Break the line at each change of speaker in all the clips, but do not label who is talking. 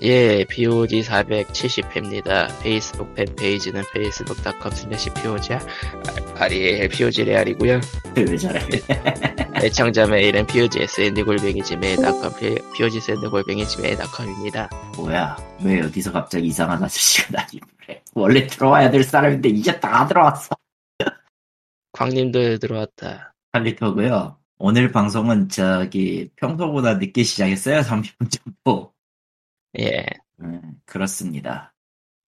예, POG 470회입니다. 페이스북 팬페이지는 facebook.com slash POG, 아리에 POG 레알이고요
왜 저래?
애청자 메일은 POG SND골뱅이 지메일.com, POG SND골뱅이 지메일.com입니다.
뭐야? 왜 어디서 갑자기 이상한 아저씨가 난입을 해? 원래 들어와야 될 사람인데 이제 다 들어왔어.
광님도 들어왔다.
칼리터고요. 오늘 방송은 저기 평소보다 늦게 시작했어요. 30분 정도.
예.
음, 그렇습니다.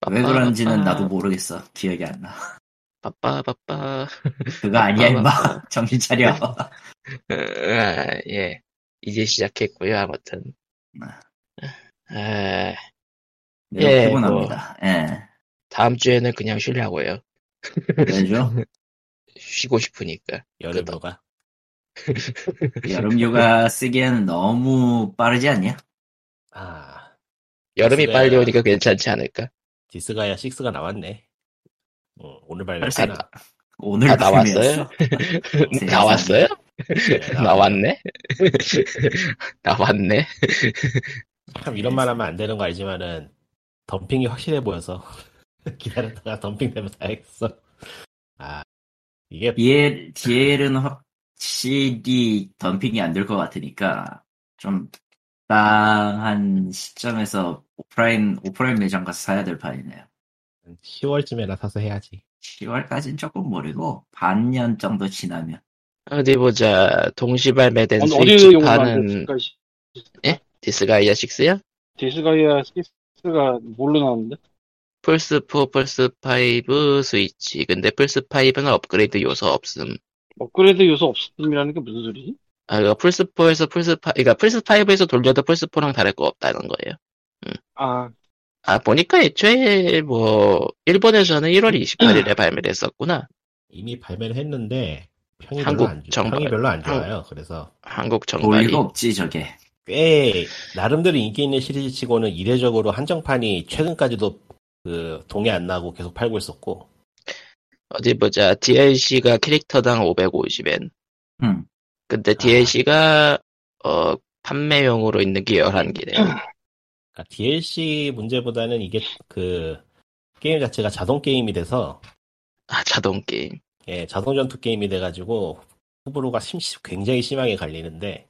왜 그런지는 나도 모르겠어. 기억이 안 나.
빠빠빠빠.
그거 아니야 임마. 정신 차려.
아, 예. 이제 시작했고요, 아무튼. 아,
네,
예,
피곤합니다. 예.
다음 주에는 그냥 쉬려고요.
왜죠?
쉬고 싶으니까.
여름휴가
여름 휴가 쓰기에는 너무 빠르지 않냐?
아
여름이
글쎄요.
빨리 오니까 괜찮지 않을까?
디스가야 6가 나왔네 어, 오늘
벌써
발매했구나
나- 오늘
아,
밤이었어.
나왔어요? 나왔어요?
네, 나-
나왔네? 나왔네?
참 이런 말 하면 안 되는 거 알지만은 덤핑이 확실해 보여서 기다렸다가 덤핑되면 다했어 아 이게
예.
디엘, 디엘은 확실히 덤핑이 안 될 것 같으니까 좀 딱한 시점에서 오프라인 오프라인 매장 가서 사야 될 판이네요.
10월쯤에나 사서 해야지
10월까지는 조금 모르고 반년 정도 지나면
어디 보자. 동시 발매된
어느- 어디
스위치
용으로 안
파는
됐을까?
디스가이아 6요?
디스가이아 6가 뭘로 나왔는데?
플스4, 플스5, 스위치. 근데 플스5는 업그레이드 요소 없음.
업그레이드 요소 없음이라는 게 무슨 소리지?
아, 그러니까 플스4에서 플스5, 그러니까 플스5에서 돌려도 플스4랑 다를 거 없다는 거예요.
아,
아, 보니까 애초에 뭐, 일본에서는 1월
음.
28일에 발매를 했었구나.
이미 발매를 했는데 평이
한국
별로 안, 좋-
정발.
평이 별로 안
한-
좋아요 그래서
한국
볼
정발이.
리가 없지 저게.
꽤 나름대로 인기 있는 시리즈치고는 이례적으로 한정판이 최근까지도 그 동의 안 나고 계속 팔고 있었고
어디 보자. DLC가 캐릭터당 550엔.
음.
근데 DLC가, 어, 판매용으로 있는 게 11개네요.
그러니까 DLC 문제보다는 이게 그 게임 자체가 자동 게임이 돼서
아, 자동 게임.
예, 자동 전투 게임이 돼가지고 호불호가 심, 굉장히 심하게 갈리는데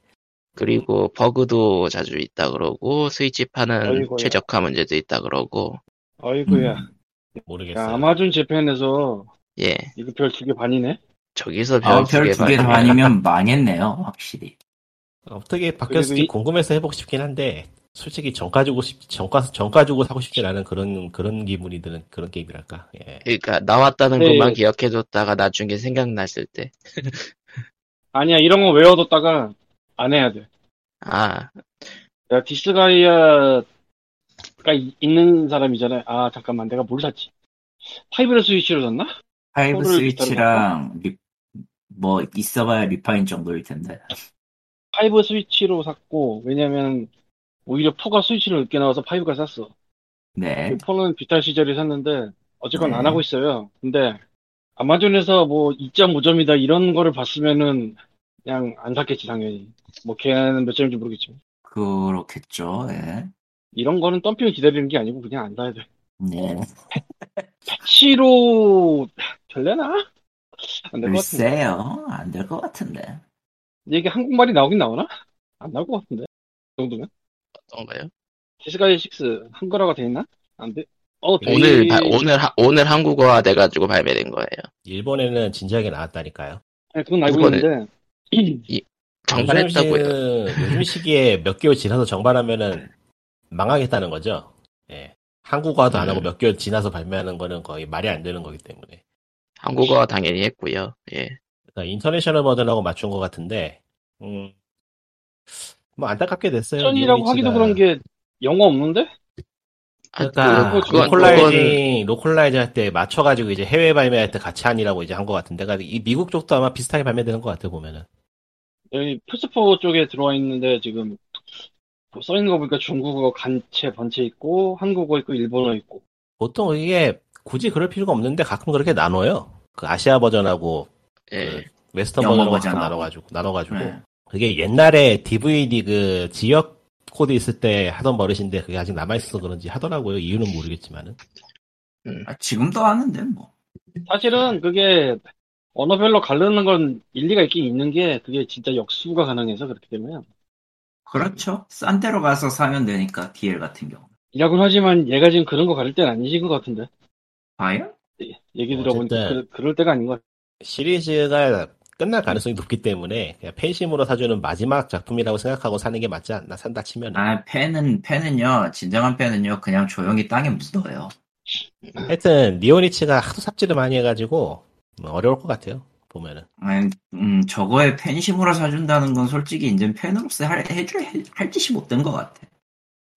그리고 버그도 자주 있다 그러고, 스위치판은
어이구야.
최적화 문제도 있다 그러고,
아이고야.
음.
모르겠어요.
야, 아마존 재팬에서
예.
이거 별 두 개 반이네?
저기서
아,
별두
별두 개 반이면 망했네요 확실히.
어떻게 바뀌었을지
그리고 이-
궁금해서 해보고 싶긴 한데 솔직히 정가 주고 싶 정가 정가 주고 사고 싶진 않은 그런 그런 기분이 드는 그런 게임이랄까. 예.
그러니까 나왔다는
네.
것만 기억해뒀다가 나중에 생각났을 때,
아니야, 이런 거 외워뒀다가 안 해야 돼.
아,
내가 디스가이아가 이- 있는 사람이잖아. 아, 잠깐만, 내가 뭘 샀지? 파이브를 스위치로 샀나?
파이브
서로를
스위치랑 리- 뭐 있어봐야 리파인 정도일 텐데.
파이브 스위치로 샀고, 왜냐면 오히려 포가 스위치로 늦게 나와서 파이브가 샀어.
네.
포는 비타 시절에 샀는데 어쨌건 안
네.
하고 있어요. 근데 아마존에서 뭐 2.5점이다 이런 거를 봤으면은 그냥 안 샀겠지 당연히. 뭐 걔는 몇 점인지 모르겠지만
그렇겠죠. 예.
이런 거는 덤핑을 기다리는 게 아니고 그냥 안 사야 돼.
네.
패치로 될려나? 네, 안 될 것 같은데.
글쎄요. 안 될 것 같은데.
이게 한국말이 나오긴 나오나? 안 나올 것 같은데. 이 정도면?
어떤가요?
디스가이 6 한글화가 돼 있나? 안 돼. 어, 돼
오늘,
있-
바- 오늘, 하- 오늘 한국어화 돼가지고 발매된 거예요.
일본에는 진지하게 나왔다니까요.
아니, 네, 그건 알고
이번에-
있는데.
정발했다고요.
요즘 시- 요즘 시기에 몇 개월 지나서 정발하면은 망하겠다는 거죠. 예. 한국어도 안 하고
음.
몇 개월 지나서 발매하는 거는 거의 말이 안 되는 거기 때문에.
한국어 당연히 했고요. 예.
그러니까 인터내셔널 버전하고 맞춘 것 같은데, 음, 뭐 안타깝게 됐어요.
전이라고 하기도 그런 게 영어 없는데?
아,
그러니까
그거- 그건-
로컬라이징 로컬라이징 할 때 맞춰가지고 이제 해외 발매할 때 같이 아니라고 이제 한 것 같은데, 그러니까 이 미국 쪽도 아마 비슷하게 발매되는 것 같아 요 보면은.
여기 플스4 쪽에 들어와 있는데 지금 뭐써 있는 거 보니까 중국어 간체 번체 있고 한국어 있고 일본어 있고
보통 이게 굳이 그럴 필요가 없는데 가끔 그렇게 나눠요. 그 아시아 버전하고
예.
그 웨스턴
영어
네. 버전하고 네.
버전하고.
네.
나눠가지고 나눠가지고
네.
그게 옛날에 DVD 그 지역 코드 있을 때 하던 버릇인데 그게 아직 남아있어서 그런지 하더라고요. 이유는 모르겠지만은.
아, 지금도 하는데 뭐.
사실은 그게 언어별로 가르는 건 일리가 있긴 있는 게 그게 진짜 역수가 가능해서 그렇게 되면
그렇죠. 싼 데로 가서 사면 되니까 DL 같은 경우.
이라고는 하지만 얘가 지금 그런 거 가릴 때는 아니신 것 같은데
과연?
얘기
어,
들어보니까
어쨌든.
그, 럴 때가 아닌 것 같아.
시리즈가 끝날 가능성이 높기 때문에 그냥 팬심으로 사주는 마지막 작품이라고 생각하고 사는 게 맞지 않나 산다 치면
아 팬은 팬은요 진정한 팬은요 그냥 조용히 땅에 묻어요.
하여튼 니오니치가 하도 삽질을 많이 해가지고 음, 어려울 것 같아요 보면은
음, 음, 저거에 팬심으로 사준다는 건 솔직히 이제 팬으로서 할, 해줄, 해- 할 짓이 못 된 것 같아.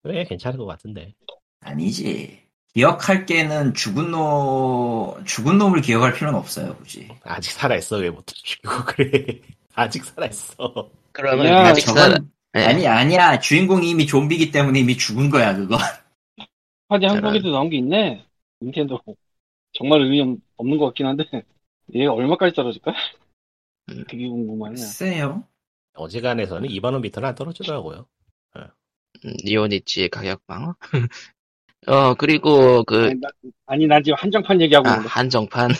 왜 괜찮을 것 같은데
아니지. 기억할 게는 죽은 놈, 죽은 놈을 기억할 필요는 없어요, 굳이.
아직 살아있어 왜 못 죽이고 그래 아직 살아있어
그러면
야,
아직
그러니까 저건-
살아. 예.
아니, 아니야. 주인공이 이미 좀비기 때문에 이미 죽은 거야, 그거.
파디 한국에도 나온 게 있네. 닌텐도 정말 의미 없- 없는 것 같긴 한데 얘 얼마까지 떨어질까?
음.
되게 궁금하네.
그 글쎄요.
어지간해서는 2만원 밑으로는 안 떨어지더라고요
음, 니오니치의 가격 방어. 어 그리고 그
아니, 나, 아니, 난 지금 한정판 얘기하고
아,
있는데
한정판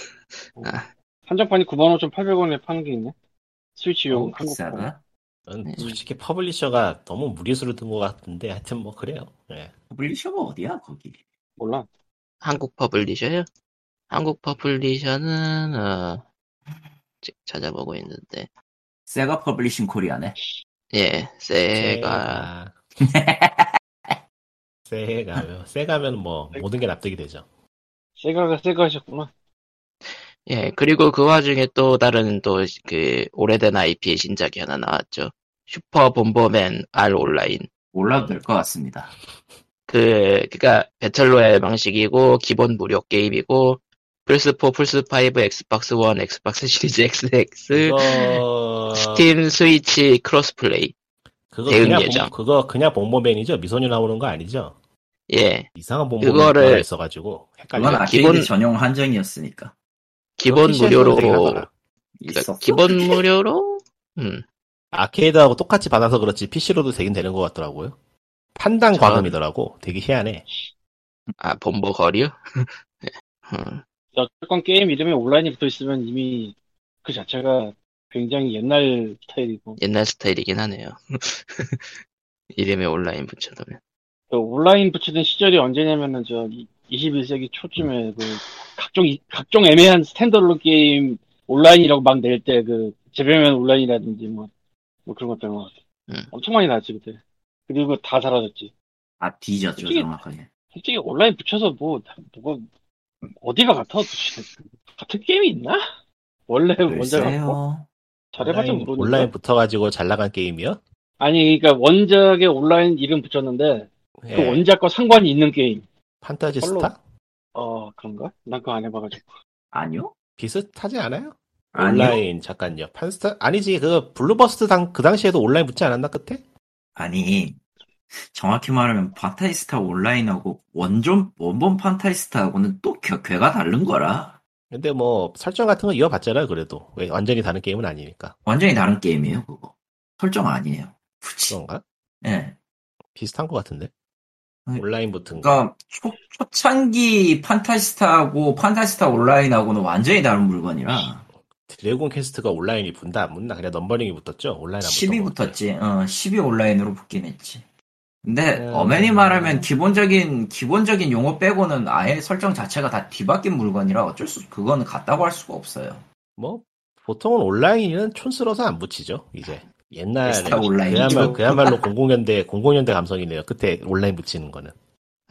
한정판이 95,800원에 파는 게 있네. 스위치용
너무
한국 판.
어, 비싸다.
음,
음.
솔직히 퍼블리셔가 너무 무리수를 둔 것 같은데 하여튼 뭐 그래요 예.
퍼블리셔가 어디야, 거기.
몰라.
한국 퍼블리셔요. 한국 퍼블리셔는 어 지금 찾아보고 있는데
세가 퍼블리싱 코리아네.
예 세가
세가 면 세가면 뭐 모든 게 납득이 되죠
세가가 세가셨구나.
예 그리고 그 와중에 또 다른 또 그 오래된 IP의 신작이 하나 나왔죠. 슈퍼 본버맨 R 온라인.
몰라도 될 것 같습니다.
그, 그니까, 배틀로얄 방식이고, 기본 무료 게임이고, 플스4, 플스5, 엑스박스 1, 엑스박스 시리즈 XX, 어,
이거
스팀, 스위치, 크로스 플레이.
그거
그 대응
그냥
예정.
본- 그거 그냥 본모맨이죠 미소녀 나오는 거 아니죠
예.
이상한 본모맨이
그거를-
따로 있어가지고
그건
헷갈려
아케이드
기본-
전용 한정이었으니까.
기본 무료로, 그러니까
있었어?
기본 무료로, 음,
아케이드하고 똑같이 받아서 그렇지 PC로도 되긴 되는 것 같더라고요. 판단
저런.
과금이더라고. 되게 희한해.
아, 본보 거리요? 음,
어쨌건 게임 이름에 온라인이 붙어 있으면 이미 그 자체가 굉장히 옛날 스타일이고
옛날 스타일이긴 하네요. 이름에 온라인 붙여놓으면.
그 온라인 붙이던 시절이 언제냐면은 저 이- 21세기
음.
초쯤에 그 각종 이- 각종 애매한 스탠더론 게임 온라인이라고 막 낼 때 그 재배면 온라인이라든지 뭐, 뭐 그런 것들 막
음.
엄청 많이 나왔지 그때 그리고 다 사라졌지
아, 뒤졌죠,
이게-
정확하게.
솔직히 온라인 붙여서 뭐 뭐가 어디가 같아 도대체. 같은 게임이 있나 원래 원작 같고
글쎄요.
잘해봤자
온라인-
모르니까
온라인 붙어가지고 잘 나간 게임이요?
아니 그러니까 원작에 온라인 이름 붙였는데
예.
그 원작과 상관이 있는 게임
판타지
별로-
스타?
어 그런가 난 그거 안 해봐가지고
아니요?
비슷하지 않아요?
아니요?
온라인 잠깐요. 판스타 아니지 그 블루버스트 당, 그 당시에도 온라인 붙지 않았나 끝에?
아니, 정확히 말하면 판타이스타 온라인하고 원전, 원본 판타이스타하고는 또 겨- 괴가 다른 거라.
근데 뭐 설정 같은 거 이어봤잖아요. 그래도 왜 완전히 다른 게임은 아니니까
완전히 다른 게임이에요, 그거. 설정 아니에요. 굳이.
그런가?
예.
비슷한 것 같은데.
아니,
온라인 붙은 거.
그러니까 초, 초창기 판타이스타하고 판타이스타 온라인하고는 완전히 다른 물건이라.
드래곤 퀘스트가 온라인이 붙나 안 붙나 그냥 넘버링이 붙었죠. 온라인 안
10이
붙었고.
붙었지. 어, 10이 온라인으로 붙긴 했지. 근데
네,
음.
엄연히 말하면 기본적인 기본적인 용어 빼고는 아예 설정 자체가 다 뒤바뀐 물건이라 어쩔 수 그거는 같다고 할 수가 없어요.
뭐 보통은 온라인은 촌스러워서 안 붙이죠 이제 옛날
스타 온라인.
그야말로, 그야말로 공공연대 공공연대 감성이네요 그때 온라인 붙이는 거는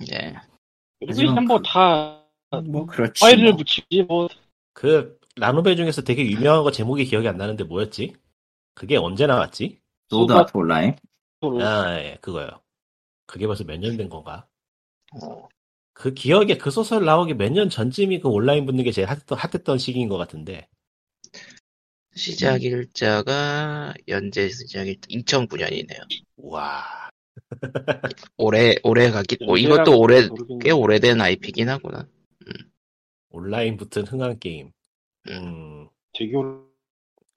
예.
그리고
하지만
일단 뭐다
뭐 그렇지.
아, 파일을
뭐.
붙이지 뭐
그 라노베 중에서 되게 유명한 거 제목이 기억이 안 나는데 뭐였지 그게 언제 나왔지
소드 아트 온라인.
어.
아 예 그거요 그게 벌써 몇 년 된 건가
어.
그 기억에 그 소설 나오기 몇 년 전쯤이 그 온라인 붙는 게 제일 핫했던, 핫했던 시기인 것 같은데
시작 일자가, 연재 시작 일자, 2009년이네요.
와
올해, 올해 가기, 어,
연재라고
이것도 올해,
모르겠네.
꽤 오래된 IP긴 하구나.
온라인 붙은 흥한 게임 음
되게 오래
어.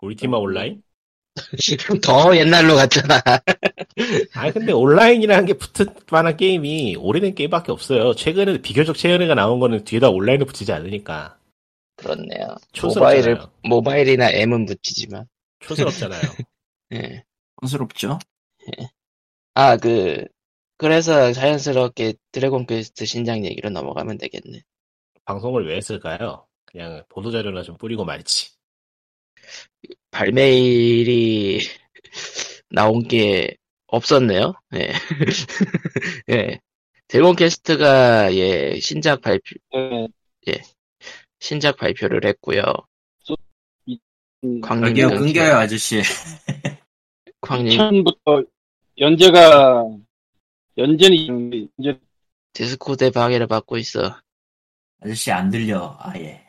울티마 온라인
지금 더 옛날로 갔잖아.
아니 근데 온라인이라는 게 붙을 만한 게임이 오래된 게임밖에 없어요. 최근에 비교적 최근에가 나온 거는 뒤에다 온라인을 붙이지 않으니까
그렇네요. 모바일을
촌스럽잖아요.
모바일이나 M은 붙이지만.
촌스럽잖아요.
예.
촌스럽죠?
아, 그, 그래서 자연스럽게 드래곤 퀘스트 신작 얘기로 넘어가면 되겠네.
방송을 왜 했을까요? 그냥 보도자료나 좀 뿌리고 말지.
발매일이 나온 게 없었네요. 예. 예. 드래곤 퀘스트가, 예, 신작 발표,
네,
신작 발표를 했고요.
음,
광림
여기요
연기-
끊겨요 아저씨.
광림
2000부터 연재가 연재는 있는데 이제
디스코드의 방해를 받고 있어.
아저씨 안 들려 아예.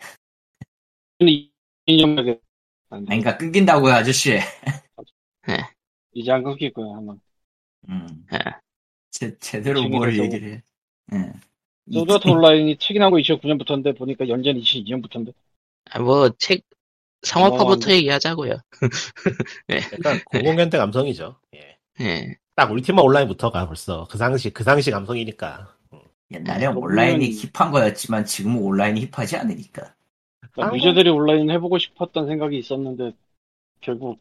인정하게 안
아니, 그러니까 끊긴다고요 아저씨.
이제 안 끊길 거야 아마.
음.
예.
제, 제대로 뭘
재밌어서.
얘기를 해. 예. 이-
소드아트 온라인이 책이 나온 거 2009년부터인데 보니까 연재는 2002년부터인데
아, 뭐, 책, 상업화부터
넘어가는데.
얘기하자고요.
약간 공공연대 감성이죠. 예.
예.
딱 울티마 온라인부터가 벌써 그 상시 그 상시 감성이니까.
옛날에
너무
온라인이
많이-
힙한 거였지만 지금은 온라인이 힙하지 않으니까.
아,
그러니까 유저들이 온라인 해보고 싶었던 생각이 있었는데 결국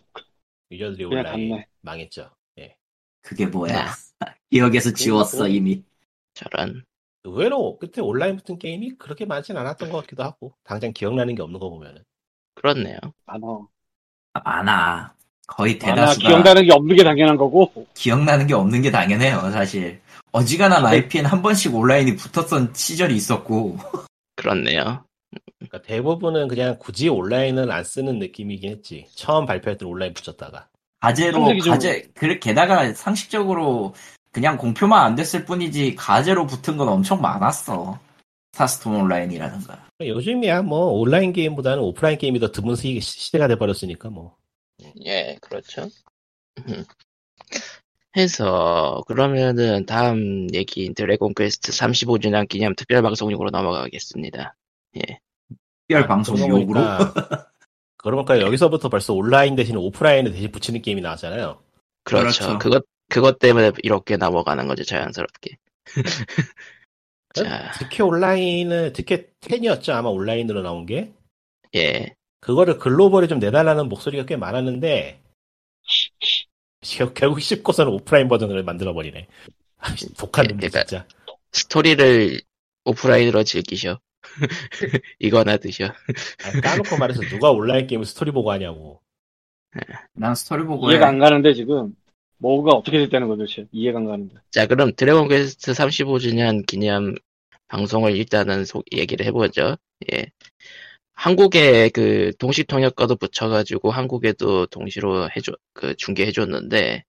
유저들이
그냥
온라인
갔네.
망했죠. 예.
그게 뭐야? 기억에서 지웠어
네. 그럼-
이미.
저런.
의외로 끝에 온라인 붙은 게임이 그렇게 많진 않았던 것 같기도 하고 당장 기억나는 게 없는 거 보면은
그렇네요.
많아.
아, 많아. 거의
많아.
대다수가
기억나는 게 없는 게 당연한 거고
기억나... 는게 없는 게 당연해요 사실. 어지간한
네.
IP는 한 번씩 온라인이 붙었던 시절이 있었고.
그렇네요.
그러니까 대부분은 그냥 굳이 온라인을 안 쓰는 느낌이긴 했지. 처음 발표했던 온라인 붙였다가
가제로
상세기 좀-
가제 그 게다가 상식적으로 그냥 공표만 안 됐을 뿐이지 가제로 붙은 건 엄청 많았어. 스타스톰
아,
온라인이라든가.
요즘이야 뭐 온라인 게임보다는 오프라인 게임이 더 드문 시, 시대가 돼버렸으니까 뭐
예, 그렇죠. 해서 그러면은 다음 얘기인 드래곤 퀘스트 35주년 기념 특별 방송용으로 넘어가겠습니다.
특별 방송
아, 그러고
욕으로
보니까- 그러고 보니까 여기서부터 벌써 온라인 대신 오프라인을 대신 붙이는 게임이 나왔잖아요.
그렇죠.
그렇죠.
그것 그것 때문에 이렇게 넘어가는 거죠, 자연스럽게. 자,
특히 온라인은 특히 10이었죠 아마 온라인으로 나온 게
예.
그거를 글로벌에 좀 내달라는 목소리가 꽤 많았는데 시- 결국 씹고서는 오프라인 버전을 만들어 버리네. 아, 독한 놈들
그러니까-
진짜.
스토리를 오프라인으로 즐기셔. 이거나 드셔.
아니, 까놓고 말해서 누가 온라인 게임을 스토리 보고 하냐고.
난 스토리 보고
이해가
해.
안 가는데 지금 뭐가 어떻게 됐다는 거 도대체 이해가 안 가는데.
자, 그럼 드래곤 퀘스트 35주년 기념 방송을 일단은 소- 얘기를 해보죠. 예. 한국에 그 동시 통역가도 붙여가지고 한국에도 동시로 해줘 그 중계해줬는데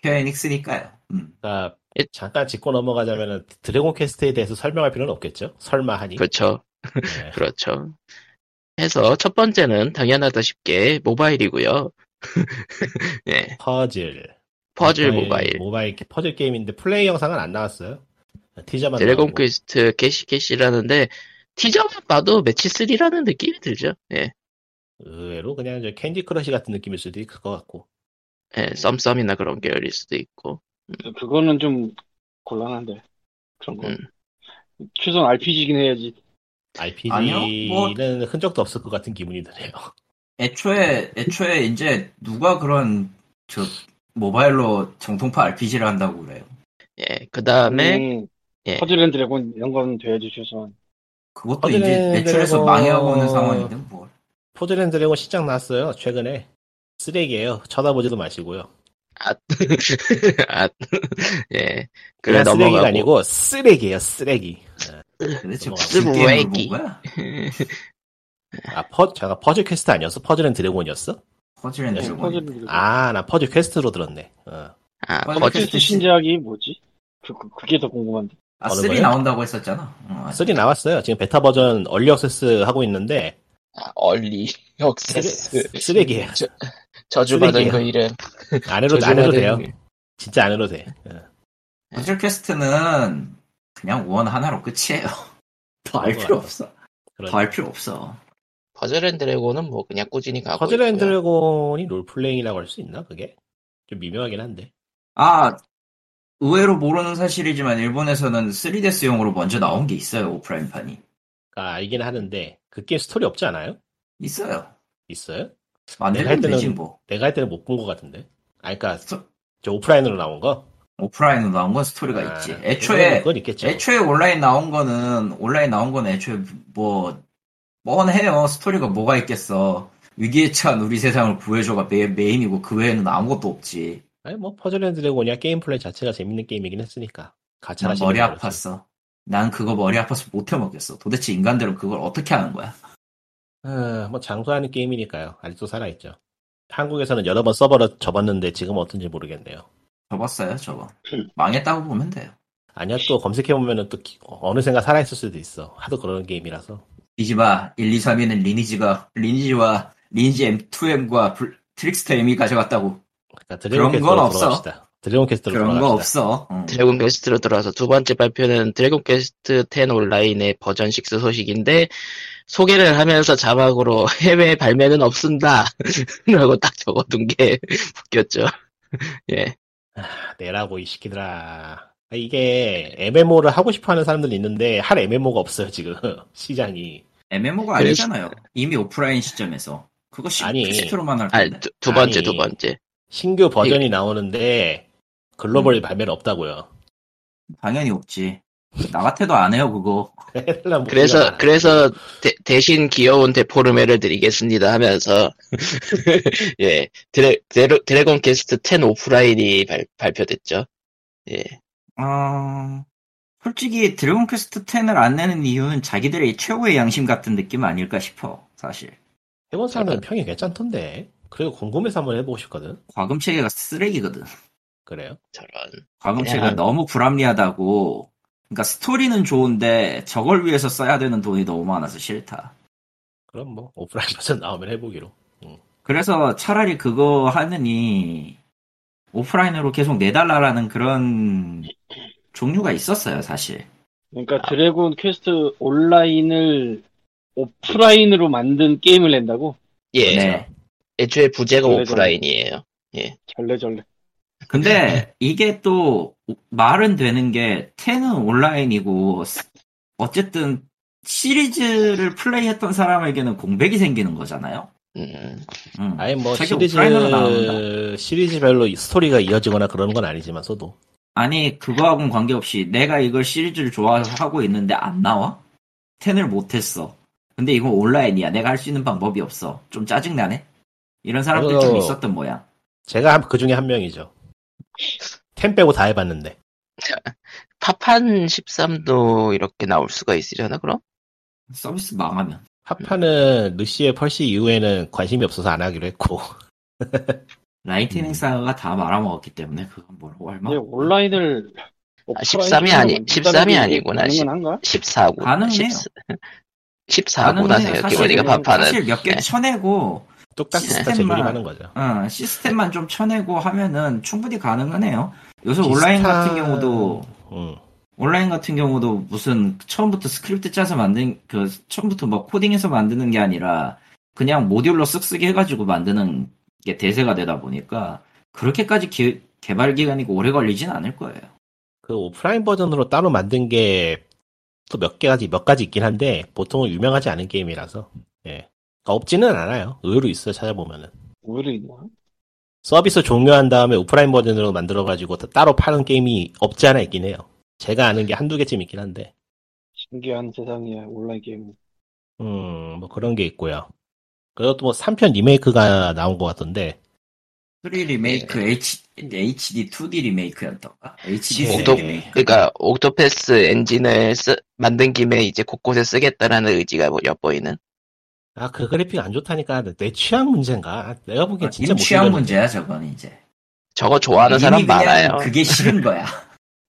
퀘어닉스니까요. 음.
그러니까
예.
잠깐 짚고 넘어가자면 드래곤 퀘스트에 대해서 설명할 필요는 없겠죠. 설마 하니.
그렇죠,
네.
그렇죠. 해서 첫 번째는 당연하다 쉽게 모바일이고요. 예,
퍼즐.
퍼즐 모바일,
모바일 게- 퍼즐 게임인데 플레이 영상은 안 나왔어요. 티저만
드래곤
나오고.
퀘스트 캐시 캐시라는데 티저만 봐도 매치 3라는 느낌이 들죠. 예,
의외로 그냥 저 캔디 크러쉬 같은 느낌일 수도 있을 것 같고.
예, 썸썸이나 그런 계열일 수도 있고.
그거는 좀 곤란한데 그런 거.
음.
최소한 RPG긴 해야지.
RPG는
아니요, 뭐-
흔적도 없을 것 같은 기분이 드네요.
애초에 애초에 이제 누가 그런 저 모바일로 정통파 RPG를 한다고 그래요.
예, 그 다음에
음,
예.
퍼즐랜드 레곤 이런 거는 돼야지 최소한.
그것도
퍼즐
이제
앤
매출에서
드래곤-
망해가고 있는 상황인데 뭘.
포즈랜 드래곤 시장 나왔어요. 최근에. 쓰레기예요. 쳐다보지도 마시고요.
아, 예. 그래
그냥 쓰레기가
넘어가고.
아니고 쓰레기예요. 쓰레기.
도대체
넘어가고.
무슨 게임을
쓰레기.
본
뭐,
거야?
아, 퍼, 제가 퍼즐 퀘스트 아니었어? 퍼즐앤 드래곤이었어?
퍼즐 앤
네,
드래곤.
퍼즐랜드 레곤.
아, 나 퍼즐 퀘스트로 들었네. 어.
아,
퍼즐
버즈
퀘스트 신작이 뭐지? 그, 그, 게더 궁금한데.
아,
어느
3
거예요?
나온다고 했었잖아. 어,
3 나왔어요. 지금 베타 버전 얼리 액세스 하고 있는데
아, 얼리 역세스
쓰레- 쓰레기예요.
저- 저주받은
쓰레기예요.
그 이름.
안 해도 안 해도 돼요. 진짜 안 해도 돼. 어.
퍼즐 퀘스트는 그냥 원 하나로 끝이에요. 더 알
그런
필요
거
없어.
그런-
더 알 필요 없어.
퍼즐 앤 드래곤은 뭐 그냥 꾸준히 가고
퍼즐 앤
있고요.
드래곤이 롤플레잉이라고 할 수 있나 그게? 좀 미묘하긴 한데
아, 의외로 모르는 사실이지만 일본에서는 3DS용으로 먼저 나온 게 있어요, 오프라인판이.
아, 알긴 하는데 그 게임 스토리 없지 않아요?
있어요.
있어요? 내가
만들면
네, 할 때는-
되지 뭐.
내가 할 때는 못 본 것 같은데 아 그니까
스-
저 오프라인으로 나온 거?
오프라인으로 나온 건 스토리가
아,
있지.
그건-
애초에
그건 있겠죠
애초에 온라인 나온 거는 온라인 나온 건 애초에 뭐 뻔해요. 스토리가 뭐가 있겠어. 위기에 처한 우리 세상을 구해줘가 메, 메인이고 그 외에는 아무것도 없지.
아니 뭐 퍼즐 앤 드래곤이야 게임 플레이 자체가 재밌는 게임이긴 했으니까
난
가차라
머리
재밌는 거지.
아팠어. 난 그거 머리 아파서 못 해먹겠어. 도대체 인간들은 그걸 어떻게 하는 거야?
아, 뭐 장수하는 게임이니까요 아직도 살아있죠 한국에서는 여러 번 서버를 접었는데 지금 어떤지 모르겠네요
접었어요, 저거. 망했다고 보면 돼요.
아니야 또 검색해보면은 또 기- 어느샌가 살아있을 수도 있어 하도 그런 게임이라서
이지마 1, 2, 3위는 리니지가 리니지와 리니지 M2M과 트릭스터 M이 가져갔다고.
그러니까 드래곤
그런
캐스트로
건 없어.
돌아갑시다 드래곤 캐스트로
그런 거
돌아갑시다
없어. 응.
드래곤 퀘스트로 돌아와서 두 번째 발표는 드래곤 퀘스트 10 온라인의 버전 6 소식인데 소개를 하면서 자막으로 해외 발매는 없습니다 라고 딱 적어둔 게 웃겼죠 예
내라고 이 시키더라. 이게 MMO를 하고 싶어하는 사람들이 있는데 할 MMO가 없어요 지금 시장이.
MMO가
그래,
아니잖아요. 이미 오프라인 시점에서. 그거 시,
아니.
PC로만 할
아니
건데.
두, 두 번째
아니.
두 번째
신규 버전이
예. 음.
나오는데 글로벌 발매는 없다고요.
당연히 없지. 나 같아도 안 해요, 그거.
헬라 목소리가
그래서
많아.
그래서 대, 신 귀여운 데포르메를 드리겠습니다 하면서 예 드래, 드래, 드래곤 퀘스트 10 오프라인이 발, 발표됐죠 예
어, 솔직히 드래곤 퀘스트 10을 안 내는 이유는 자기들의 최고의 양심 같은 느낌 아닐까 싶어, 사실.
해본 사람은 평이 괜찮던데. 그래도 궁금해서 한번 해보고 싶거든.
과금 체계가 쓰레기거든.
그래요?
저런
과금체가
그냥-
너무 불합리하다고. 그러니까 스토리는 좋은데 저걸 위해서 써야 되는 돈이 너무 많아서 싫다.
그럼 뭐 오프라인 버전 나오면 해보기로.
그래서 차라리 그거 하느니 오프라인으로 계속 내달라라는 그런 종류가 있었어요, 사실.
그러니까 드래곤 퀘스트 온라인을 오프라인으로 만든 게임을 낸다고?
예
네.
애초에 부제가
그래서-
오프라인이에요
절레절레.
근데 이게 또 말은 되는 게 10은 온라인이고 어쨌든 시리즈를 플레이했던 사람에게는 공백이 생기는 거잖아요.
음,
음.
아예 뭐
자기
시리즈
오프라인으로 나온다.
시리즈별로 이 스토리가 이어지거나 그런 건 아니지만서도
아니 그거하고는 관계없이 내가 이걸 시리즈를 좋아해서 하고 있는데 안 나와? 10을 못했어 근데 이건 온라인이야 내가 할 수 있는 방법이 없어 좀 짜증나네 이런 사람들
어.
좀 있었던 모양
제가 한- 그 중에 한 명이죠. 템 빼고 다 해봤는데.
파판 13도 이렇게 나올 수가 있으려나 그럼?
서비스 망하면
하파는 루시의 펄시 이후에는 관심이 없어서 안 하기로 했고
라이팅
음.
행사가 다 말아먹었기 때문에 그건 뭐라고 할
근데
만.
온라인을
13이 아, 아니- 13이 아니구나,
가능한가?
14구.
가능해요.
14구나 생각해보니까
사실은-
파판은.
사실 몇 개
네.
쳐내고
뚝딱뚝딱
시스템만.
재조립하는 거죠.
어, 시스템만 좀 쳐내고 하면은 충분히 가능하네요 요새
비슷한-
온라인 같은 경우도
음.
온라인 같은 경우도 무슨 처음부터 스크립트 짜서 만든 그 처음부터 막 코딩해서 만드는 게 아니라 그냥 모듈로 쓱쓱이 해가지고 만드는 게 대세가 되다 보니까 그렇게까지 기- 개발 기간이 오래 걸리진 않을 거예요.
그 오프라인 버전으로 따로 만든 게 또 몇 가지 몇 가지 있긴 한데 보통은 유명하지 않은 게임이라서 예 그러니까 없지는 않아요. 의외로 있어요 찾아보면은
오히려 있나?
서비스 종료한 다음에 오프라인 버전으로 만들어 가지고 따로 파는 게임이 없지 않아 있긴 해요. 제가 아는 게 한두 개쯤 있긴 한데
신기한 세상이야 온라인 게임.
음뭐 그런 게 있고요. 그리고 또뭐 3편 리메이크가 나온 것 같던데
3 리메이크, H, HD 2D 리메이크였던가? HD 3
옥토,
리메이크.
그러니까 옥토패스 엔진을 쓰- 만든 김에 이제 곳곳에 쓰겠다라는 의지가 뭐 엿보이는.
아, 그 그래픽 안 좋다니까. 내 취향 문제인가? 아, 내가 보기엔 진짜
이건
못
아, 취향
들렸는데.
문제야, 저건 이제.
저거 좋아하는
이미
사람
그냥
많아요.
그게 싫은 거야.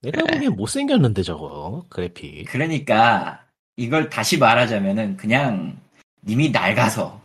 내가 보기엔 못생겼는데, 저거. 그래픽.
그러니까 이걸 다시 말하자면은 그냥 이미 낡아서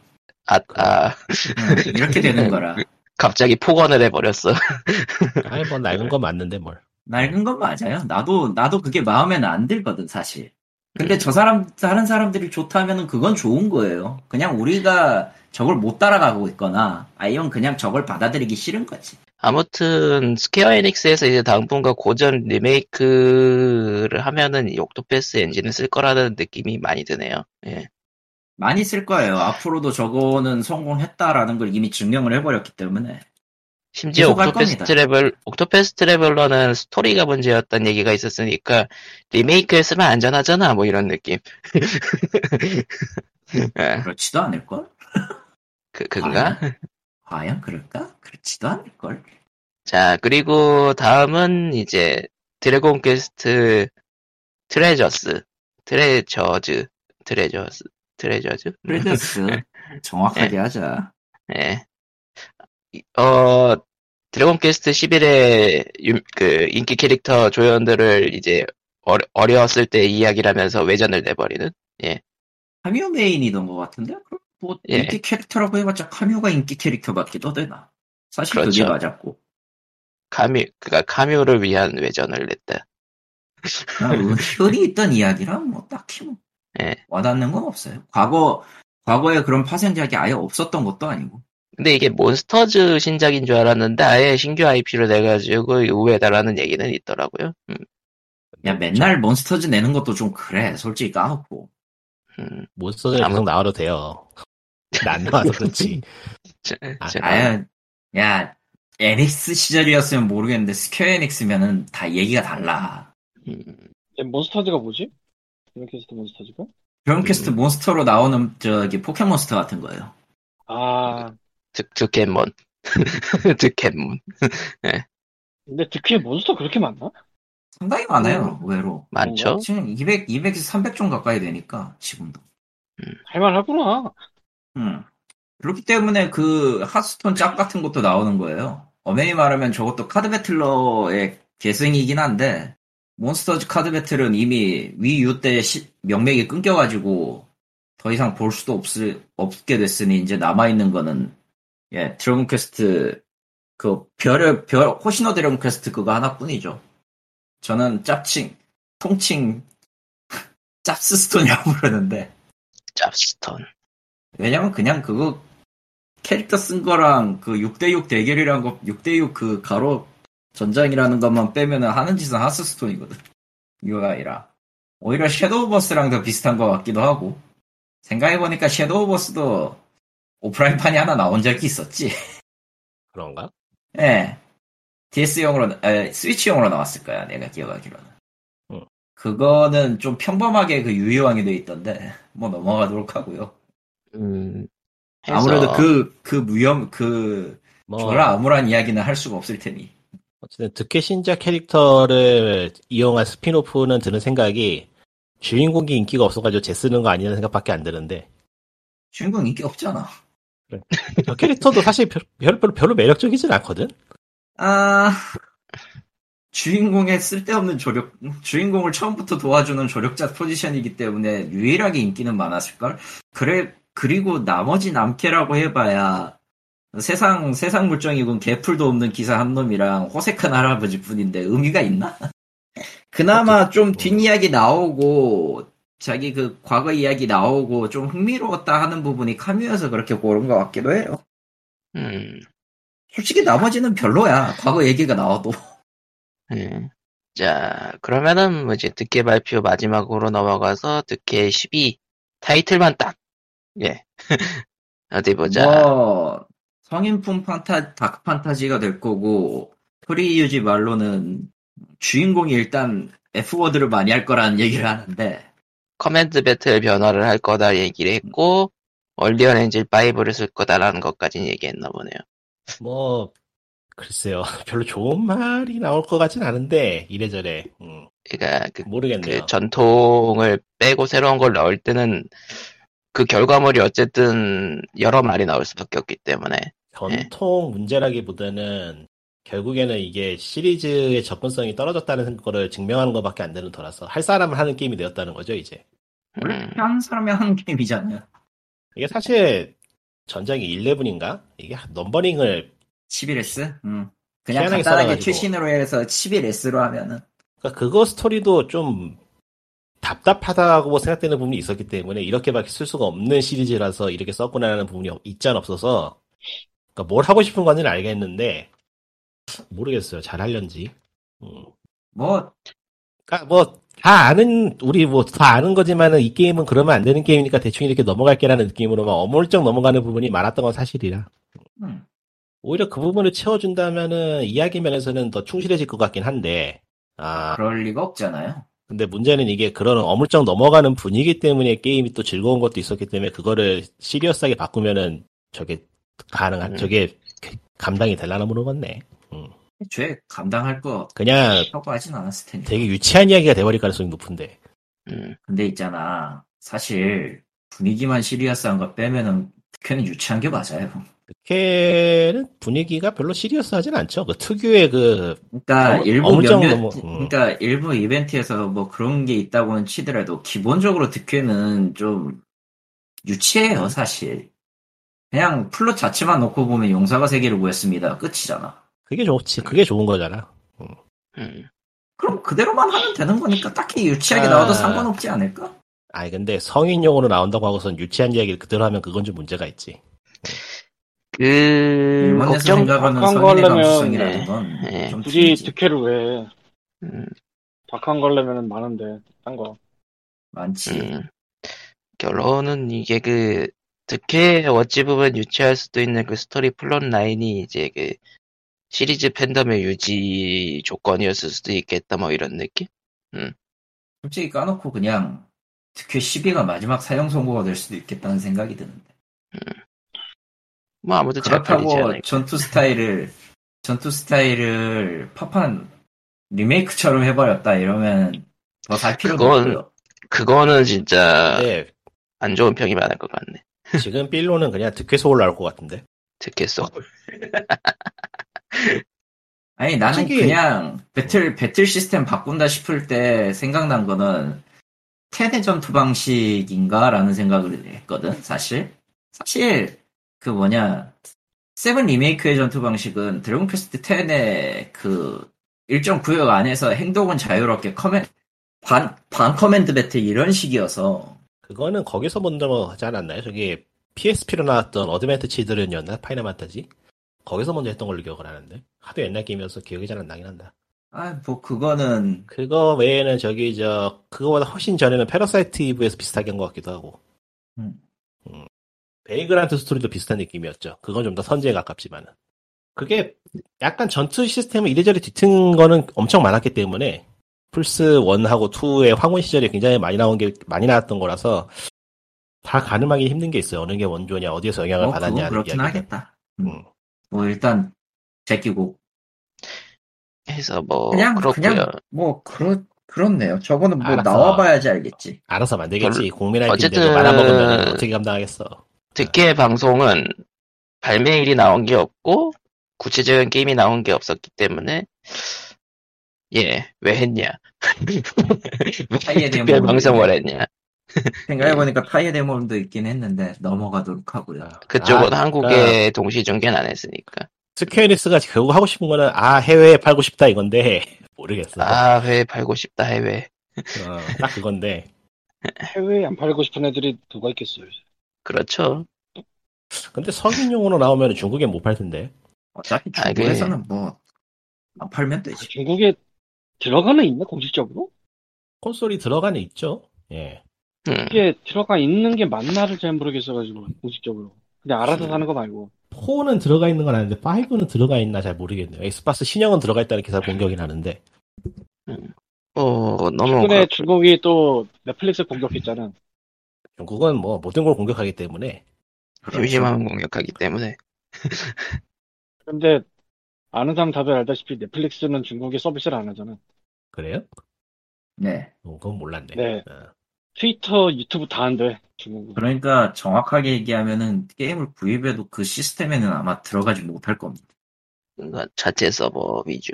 아, 아,
응, 이렇게 되는 거라.
갑자기 폭언을 해버렸어.
아니, 뭐, 낡은 건 맞는데, 뭘.
낡은 건 맞아요. 나도 나도 그게 마음에는 안 들거든 사실. 근데 저 사람 다른 사람들이 좋다면은 그건 좋은 거예요. 그냥 우리가 저걸 못 따라가고 있거나 아니면 그냥 저걸 받아들이기 싫은 거지.
아무튼 스퀘어 에닉스에서 이제 당분간 고전 리메이크를 하면은 옥토패스 엔진을 쓸 거라는 느낌이 많이 드네요. 예.
많이 쓸 거예요. 앞으로도 저거는 성공했다라는 걸 이미 증명을 해버렸기 때문에.
심지어
계속 할
옥토패스
겁니다.
트래블 옥토패스 트래블러는 스토리가 문제였던 얘기가 있었으니까 리메이크 했으면 안전하잖아 뭐 이런 느낌. 예,
그렇지도 않을걸?
그 그가
과연 그럴까? 그렇지도 않을걸?
자, 그리고 다음은 이제 드래곤 퀘스트 트레저스, 트레저즈, 트레저스, 트레저즈?
프레더스 정확하게 하자.
예. 어, 드래곤 퀘스트 11의 그 인기 캐릭터 조연들을 이제 어려, 어려웠을 때 이야기라면서 외전을 내버리는?
카뮤 메인이던 것 같은데? 그럼 뭐
예.
인기 캐릭터라고 해봤자 카뮤가 인기 캐릭터밖에 더 되나? 사실
그렇죠.
그게 맞았고.
카뮤, 그가 카뮤를 위한 외전을 냈다.
아, 은- 흔히 있던 이야기랑 뭐 딱히 뭐
예.
와닿는 건 없어요. 과거 과거에 그런 파생작이 아예 없었던 것도 아니고.
근데 이게 몬스터즈 신작인 줄 알았는데 아예 신규 IP로 내가지고 의외다라는 얘기는 있더라고요. 음,
야 맨날 몬스터즈 내는 것도 좀 그래. 솔직히 까놓고.
음.
몬스터들
아무-
계속 나와도 돼요. 근데 안 나와서 그렇지.
제-
아,
제가
아야 야 에닉스 시절이었으면 모르겠는데 스퀘어 에닉스면은 다 얘기가 달라.
음,
몬스터즈가 뭐지? 드래곤캐스트 몬스터즈가?
드럼캐스트
음.
몬스터로 나오는 저기 포켓몬스터 같은 거예요.
아,
득 득켓몬
음,
득켓몬
근데 득큐에 몬스터 그렇게 많나?
상당히 많아요.
음.
의외로.
많죠?
뭐, 지금 200, 200에서 300종 가까이 되니까 지금도.
할만하구나.
음. 그렇기 때문에 그 하스톤 짭 같은 것도 나오는 거예요. 엄연히 말하면 저것도 카드 배틀러의 계승이긴 한데 몬스터즈 카드 배틀은 이미 위유 때 시- 명맥이 끊겨가지고 더 이상 볼 수도 없을, 없게 됐으니 이제 남아있는 거는 예 드래곤 퀘스트 그 별을 별 호시노 드래곤 퀘스트 그거 하나뿐이죠. 저는 짭칭 통칭 짭스스톤이라고 부르는데
잡스턴
왜냐면 그냥 그거 캐릭터 쓴 거랑 그 6대6 대결이란 거 6대6 그 가로 전장이라는 것만 빼면은 하는 짓은 하스스톤이거든. 이거가 아니라. 오히려 섀도우버스랑 더 비슷한 것 같기도 하고. 생각해보니까 섀도우버스도 오프라인판이 하나 나온 적이 있었지.
그런가?
예. DS용으로, 스위치용으로 나왔을 거야. 내가 기억하기로는.
응.
그거는 좀 평범하게 그 유효왕이 돼 있던데, 뭐 넘어가도록 하고요.
음, 해서
아무래도 그, 그 무염, 그,
뭐
저라 암울한 이야기는 할 수가 없을 테니.
어쨌든 득회 신작 캐릭터를 이용한 스피노프는 드는 생각이 주인공이 인기가 없어가지고 쟤 쓰는 거 아니라는 생각밖에 안 드는데
주인공 인기 없잖아.
저 캐릭터도 사실 별, 별, 별로, 별로 매력적이진 않거든?
아, 주인공의 쓸데없는 조력, 주인공을 처음부터 도와주는 조력자 포지션이기 때문에 유일하게 인기는 많았을걸? 그래, 그리고 나머지 남캐라고 해봐야 세상, 세상 물정이군 개풀도 없는 기사 한 놈이랑 호색한 할아버지 뿐인데 의미가 있나? 그나마 좀 뒷이야기 나오고, 자기 그 과거 이야기 나오고 좀 흥미로웠다 하는 부분이 카뮤여서 그렇게 고른 것 같기도 해요.
음,
솔직히 나머지는 별로야. 과거 얘기가 나와도.
예. 자 그러면은 뭐 이제 득켓 발표 마지막으로 넘어가서 득켓 12 타이틀만 딱 예. 어디 보자
뭐 성인품 판타 다크 판타지가 될 거고 프리 유지 말로는 주인공이 일단 F 워드를 많이 할 거라는 얘기를 하는데
커맨드 배틀 변화를 할 거다 얘기를 했고 얼리언 엔질 5를 쓸 거다라는 것까지 얘기했나 보네요.
뭐 글쎄요 별로 좋은 말이 나올 것 같진 않은데 이래저래 음,
그러니까 그
모르겠네요
그 전통을 빼고 새로운 걸 넣을 때는 그 결과물이 어쨌든 여러 말이 나올 수밖에 없기 때문에
전통 문제라기보다는 결국에는 이게 시리즈의 접근성이 떨어졌다는 거를 증명하는 것밖에 안 되는 터라서 할 사람을 하는 게임이 되었다는 거죠 이제
원래
음,
한 사람이 하는 게임이잖아요.
이게 사실 전작이 11인가 이게 넘버링을
11S? 음. 그냥 간단하게
희한하게 써놔가지고.
최신으로 해서 11S로 하면은
그거 스토리도 그러니까 좀 답답하다고 생각되는 부분이 있었기 때문에 이렇게밖에 쓸 수가 없는 시리즈라서 이렇게 썼구나 하는 부분이 있잖아 없어서 그러니까 뭘 하고 싶은 건지는 알겠는데 모르겠어요 잘 할련지 음.
뭐
그러니까 뭐 다 아는 우리 뭐 다 아는 거지만은 이 게임은 그러면 안 되는 게임이니까 대충 이렇게 넘어갈게라는 느낌으로만 어물쩍 넘어가는 부분이 많았던 건 사실이라
음,
오히려 그 부분을 채워준다면은 이야기 면에서는 더 충실해질 것 같긴 한데 아
그럴 리가 없잖아요.
근데 문제는 이게 그런 어물쩍 넘어가는 분위기 때문에 게임이 또 즐거운 것도 있었기 때문에 그거를 시리어스하게 바꾸면은 저게 가능한
음.
저게 감당이 될라나 모르겠네.
죄 감당할 거
그냥
하고 하진 않았을 텐데.
네. 되게 유치한 이야기가 돼버릴 가능성이 높은데.
음,
근데 있잖아. 사실 분위기만 시리어스한 거 빼면은 특혜는 유치한 게 맞아요.
걔는 분위기가 별로 시리어스하진 않죠. 그 특유의 그
그러니까
어머-
일부
어물쩡
몇몇
넘어- 음.
그러니까 일부 이벤트에서 뭐 그런 게 있다고는 치더라도 기본적으로 득회는 좀 유치해요 사실 그냥 플롯 자체만 놓고 보면 용사가 세계를 구했습니다 끝이잖아
그게 좋지 그게 좋은 거잖아.
음.
그럼 그대로만 하면 되는 거니까 딱히 유치하게
아.
나와도 상관없지 않을까?
아니 근데 성인용으로 나온다고 하고선 유치한 이야기를 그대로 하면 그건 좀 문제가 있지.
그
일본에서
걱정
음, 생각하는
걱정
성인의
걸려면-
감수성이라는 건좀
네.
굳이
틀리지
득회를 왜
음,
박한 걸려면 많은데 딴 거.
많지
음. 결론은 이게 그 득해 어찌 보면 유치할 수도 있는 그 스토리 플롯 라인이 이제 그 시리즈 팬덤의 유지 조건이었을 수도 있겠다 뭐 이런 느낌?
솔직히 까놓고 그냥 득회 10위가 마지막 사형 선고가 될 수도 있겠다는 생각이 드는데
뭐 아무튼 잘 팔리지
그렇다고
않아요.
전투 스타일을 전투 스타일을 팝한 리메이크처럼 해버렸다 이러면 더 살 필요도
그건-
없고요.
그거는 진짜
네.
근데
안 좋은 평이 많을 것 같네.
지금 빌로는 그냥 득회소 올라올 것 같은데.
득했어.
아니 나는
솔직히-
그냥 배틀 배틀 시스템 바꾼다 싶을 때 생각난 거는 테네 전투 방식인가라는 생각을 했거든 사실 사실 그 뭐냐 세븐 리메이크의 전투 방식은 드래곤 퀘스트 10의 그 일정 구역 안에서 행동은 자유롭게 커맨 반반 커맨드 배틀 이런 식이어서
그거는 거기서 먼저 뭐 하지 않았나요? 저기 PSP로 나왔던 어드벤트 치드른이었나? 파이널 판타지? 거기서 먼저 했던 걸로 기억을 하는데 하도 옛날 게임이어서 기억이 잘 안 나긴 한다.
아 뭐 그거는
그거 외에는 저기 저 그거보다 훨씬 전에는 패러사이트 이브에서 비슷하게 한 것 같기도 하고
음.
음. 베이그란트 스토리도 비슷한 느낌이었죠. 그건 좀 더 선제에 가깝지만은 그게 약간 전투 시스템을 이래저래 뒤튼 거는 엄청 많았기 때문에 플스 1하고 2의 황혼 시절에 굉장히 많이 나온 게 많이 나왔던 거라서 다 가늠하기 힘든 게 있어요. 어느 게 원조냐, 어디에서 영향을
뭐
받았냐
그건
하는
그렇긴
이야기.
하겠다.
음.
뭐 일단 제끼고
해서 뭐
그냥
그렇고요.
그냥 뭐 그렇 그렇네요. 저거는 뭐
알았어.
나와봐야지 알겠지.
알아서 만들겠지. 공민할
어쨌든-
텐데 말아먹으면 어떻게 감당하겠어.
득해 방송은 발매일이 나온 게 없고 구체적인 게임이 나온 게 없었기 때문에 예 왜 했냐
타이에
왜
대한
특별
부분이
방송을
있네.
했냐
생각해보니까 타이어 데모도 있긴 했는데 넘어가도록 하고요.
그쪽은
아,
한국에
그러니까
동시 중계는 안 했으니까
스퀘어닉스가 결국 하고 싶은 거는 아 해외에 팔고 싶다 이건데 모르겠어.
아 회 팔고 싶다 해외
어, 딱 그건데
해외에 안 팔고 싶은 애들이 누가 있겠어요.
그렇죠
근데 성인용으로 나오면 중국엔 못 팔 텐데
어차피
아, 이게-
중국에서는 뭐 안 팔면 되지.
중국에 들어가는 있나 공식적으로?
콘솔이 들어가는 있죠. 예.
음,
이게 들어가 있는 게 맞나를 잘 모르겠어가지고 공식적으로. 그냥 알아서
음.
사는 거 말고.
4는 들어가 있는 건 아닌데 5는 들어가 있나 잘 모르겠네요. 엑스박스 신형은 들어가 있다는 기사 본 기억이 나는데
뭐 너무
최근에
그렇...
중국이 또 넷플릭스 공격했잖아.
중국은 뭐 모든 걸 공격하기 때문에 그렇죠.
그렇죠. 심심함 공격하기 때문에
근데 아는 사람 다들 알다시피 넷플릭스는 중국에 서비스를 안 하잖아.
그래요?
네.
어, 그건 몰랐네.
네.
어.
트위터, 유튜브 다 안 돼. 중국은.
그러니까 정확하게 얘기하면은 게임을 구입해도 그 시스템에는 아마 들어가지 못할 겁니다.
그러니까 자체 서버 위주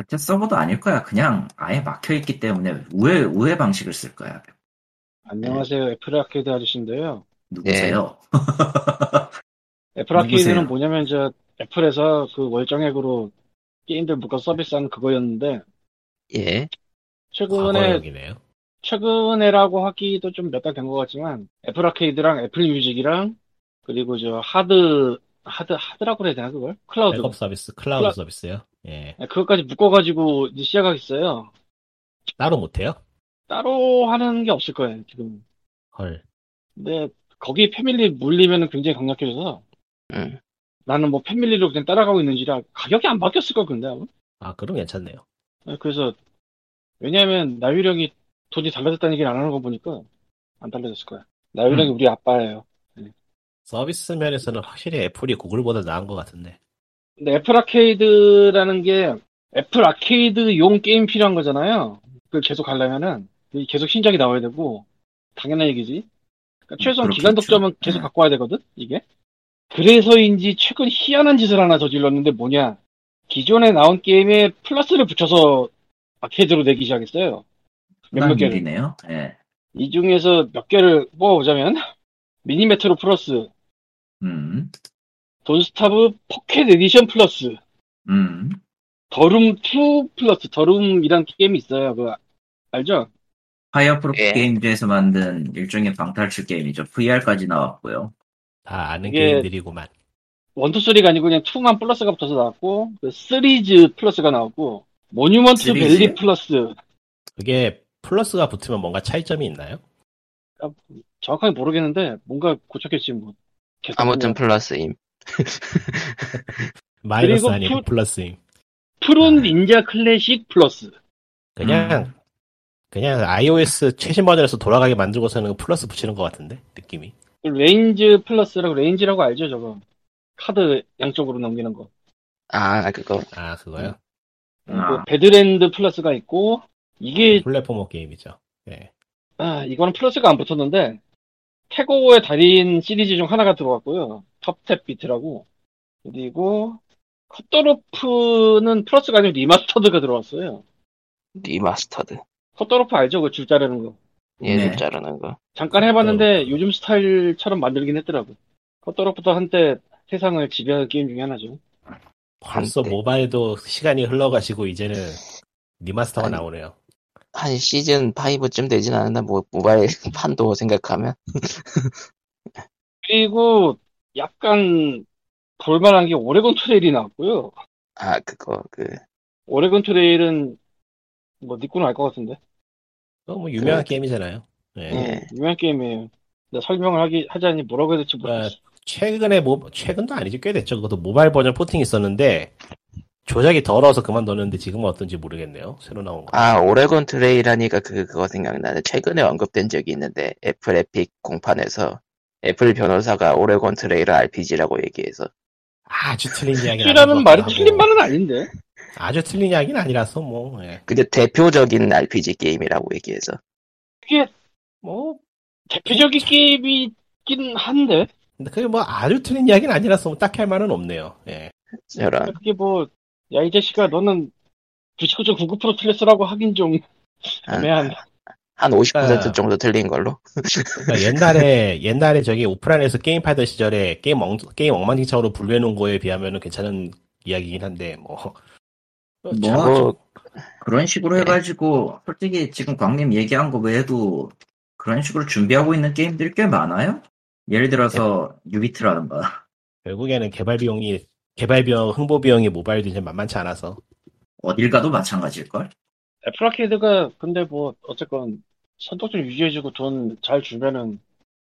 자체 서버도 아닐 거야. 그냥 아예 막혀 있기 때문에 우회 우회 방식을 쓸 거야.
안녕하세요. 애플 아케이드 아저씨인데요.
누구세요?
애플 아케이드는
누구세요?
뭐냐면 저 애플에서 그 월정액으로 게임들 묶어 서비스하는 그거였는데
예
최근에
과거형이네요.
최근에라고 하기도 좀 몇 달 된 것 같지만 애플 아케이드랑 애플 뮤직이랑 그리고 저 하드 하드 하드라고 해야 되나 그걸 클라우드
백업 서비스, 클라우드
클라-
서비스요. 예.
네, 그것까지 묶어가지고 이제 시작하겠어요.
따로 못해요?
따로 하는 게 없을 거예요 지금.
헐.
근데 거기 패밀리 물리면 굉장히 강력해져서
응.
나는 뭐 패밀리로 그냥 따라가고 있는지라 가격이 안 바뀌었을 걸 근데 아마?
아, 그럼 괜찮네요.
네, 그래서 왜냐하면 나유령이 돈이 달라졌다는 얘기를 안 하는 거 보니까 안 달라졌을 거야. 나유령이 우리 아빠예요.
서비스 면에서는 확실히 애플이 구글보다 나은 것 같은데.
근데 애플 아케이드라는 게 애플 아케이드용 게임 필요한 거잖아요. 그걸 계속 하려면은 계속 신작이 나와야 되고 당연한 얘기지. 그러니까 최소한
그렇겠죠.
기간 독점은 계속
음.
갖고 와야 되거든 이게. 그래서인지 최근 희한한 짓을 하나 저질렀는데 뭐냐. 기존에 나온 게임에 플러스를 붙여서 아케이드로 내기 시작했어요. 몇몇
난
개를.
일이네요. 예.
이 중에서 몇 개를 뽑아보자면 미니메트로 플러스,
음.
돈스타브 포켓 에디션 플러스,
음.
더룸 2 플러스 더룸이란 게임이 있어요. 그 알죠?
파이어프로
예.
게임즈에서 만든 일종의 방탈출 게임이죠. VR까지 나왔고요.
다 아는
이게-
게임들이구만.
원투 쓰리가 아니고 그냥 2만 플러스가 붙어서 나왔고 그 시리즈 플러스가 나왔고 모뉴먼트
시리즈요?
밸리 플러스
그게 플러스가 붙으면 뭔가 차이점이 있나요?
정확하게 모르겠는데 뭔가 고쳤겠지 뭐. 계속
아무튼
그냥
플러스임.
마이너스
그리고
아니고
플-
플러스임.
푸른 닌자 클래식 플러스
그냥
음.
그냥 iOS 최신 버전에서 돌아가게 만들고서는 플러스 붙이는 것 같은데 느낌이.
그 레인즈 플러스라고 레인지라고 알죠 저거 카드 양쪽으로 넘기는 거.
아 그거
아
음.
그거요.
아.
그 배드랜드 플러스가 있고 이게
플랫폼워 게임이죠. 예.
아, 이거는 플러스가 안 붙었는데, 태고의 달인 시리즈 중 하나가 들어갔고요. 텁탭 비트라고. 그리고, 컷더로프는 플러스가 아니고 리마스터드가 들어왔어요.
리마스터드.
컷더로프 알죠? 그 줄 자르는 거.
얘
네.
네. 자르는 거.
잠깐 해봤는데, 요즘 스타일처럼 만들긴 했더라고. 컷더로프도 한때 세상을 지배한 게임 중에 하나죠.
벌써
네.
한때.
모바일도 시간이 흘러가시고 이제는 리마스터가
아니.
나오네요.
한 시즌 5쯤 되진 않았나 뭐 모바일 판도 생각하면
그리고, 약간, 볼만한 게 오레곤 트레일이 나왔고요.
아 그거 그
오레곤 트레일은, 뭐, 니꾸는 알 것 같은데.
그거 뭐 유명한
네.
그-
게임이잖아요. 예.
예.
예, 유명한 게임이에요. 근데 설명을 하기, 하자니 뭐라고 해야 될지
아,
모르겠어.
최근에 모 최근도 아니지 꽤 됐죠. 그것도 모바일 버전 포팅 이 있었는데 조작이 더러워서 그만뒀는데 지금은 어떤지 모르겠네요. 새로 나온 거.
아, 오레곤 트레일 하니까 그, 그거 생각나네. 최근에 언급된 적이 있는데, 애플 에픽 공판에서 애플 변호사가 오레곤 트레일을 RPG라고 얘기해서,
아주 틀린 이야기.
라는 말이 틀린 말은 아닌데.
뭐, 아주 틀린 이야기는 아니라서 뭐 예.
그게 대표적인 RPG 게임이라고 얘기해서,
그게
뭐
대표적인 게임이긴 한데,
근데 그게 뭐 아주 틀린 이야기는 아니라서 뭐 딱히 할 말은 없네요. 예.
저런,
그게 뭐, 야, 이 자식아, 너는 99.99% 틀렸어라고 하긴 좀
아.
애매한.
한 50%
아.
정도 틀린 걸로?
그러니까 옛날에, 옛날에 저기 오프라인에서 게임 팔던 시절에 게임 엉, 게임 엉망진창으로 분류해놓은 거에 비하면은 괜찮은 이야기긴 한데, 뭐. 어,
아,
뭐,
참,
뭐,
그런 식으로
네.
해가지고 솔직히 지금 광님 얘기한 거 외에도 그런 식으로 준비하고 있는 게임들이 꽤 많아요. 예를 들어서 유비트라든가.
결국에는 개발 비용이, 개발 비용, 흥보 비용이 모바일도 이제 만만치 않아서.
어딜 가도 마찬가지일걸?
애플 아케이드가, 근데 뭐, 어쨌건, 선택 좀 유지해주고 돈 잘 주면은,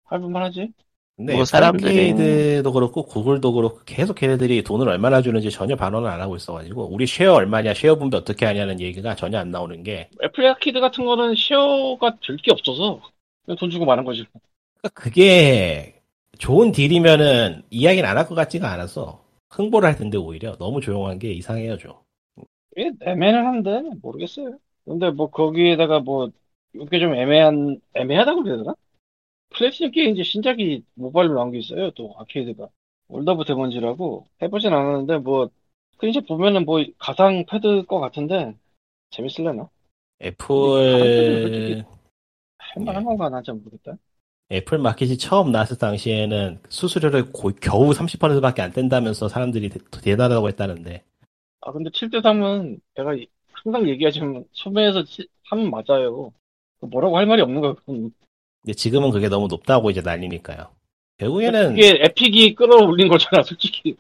할만만 하지?
근데
뭐 사람들이-
네, 사람들이도 그렇고 구글도 그렇고 계속 걔네들이 돈을 얼마나 주는지 전혀 반언을 안 하고 있어가지고 우리 쉐어 얼마냐, 쉐어 분배 어떻게 하냐는 얘기가 전혀 안 나오는 게
애플 아케이드 같은 거는 쉐어가 될 게 없어서, 그냥 돈 주고 마는 거지.
그러니까 그게 좋은 딜이면은 이야기는 안 할 것 같지가 않아서 흥보를 할 텐데 오히려 너무 조용한 게 이상해요 좀.
꽤 애매는 한데 모르겠어요. 근데 뭐 거기에다가 뭐 이게 좀 애매한 애매하다고 그래야 되나? 플래시는 게 이제 신작이 모바일로 나온 게 있어요. 또 아케이드가 월드 오브 데몬즈라고 해보진 않았는데 뭐 그 이제 보면은 뭐 가상 패드 거 같은데 재밌을래나? 네,
애플
할만한
예.
건가 난 잘 모르겠다.
애플 마켓이 처음 나왔을 당시에는 수수료를 고- 겨우 30%밖에 안 뗀다면서 사람들이 대- 대단하다고 했다는데
아 근데 7대 3은 내가 이- 항상 얘기하지만 소매에서 3 맞아요. 뭐라고 할 말이 없는 거야. 그건.
근데 지금은 그게 너무 높다고 이제 난리니까요. 결국에는
그게 에픽이 끌어올린 거잖아, 솔직히.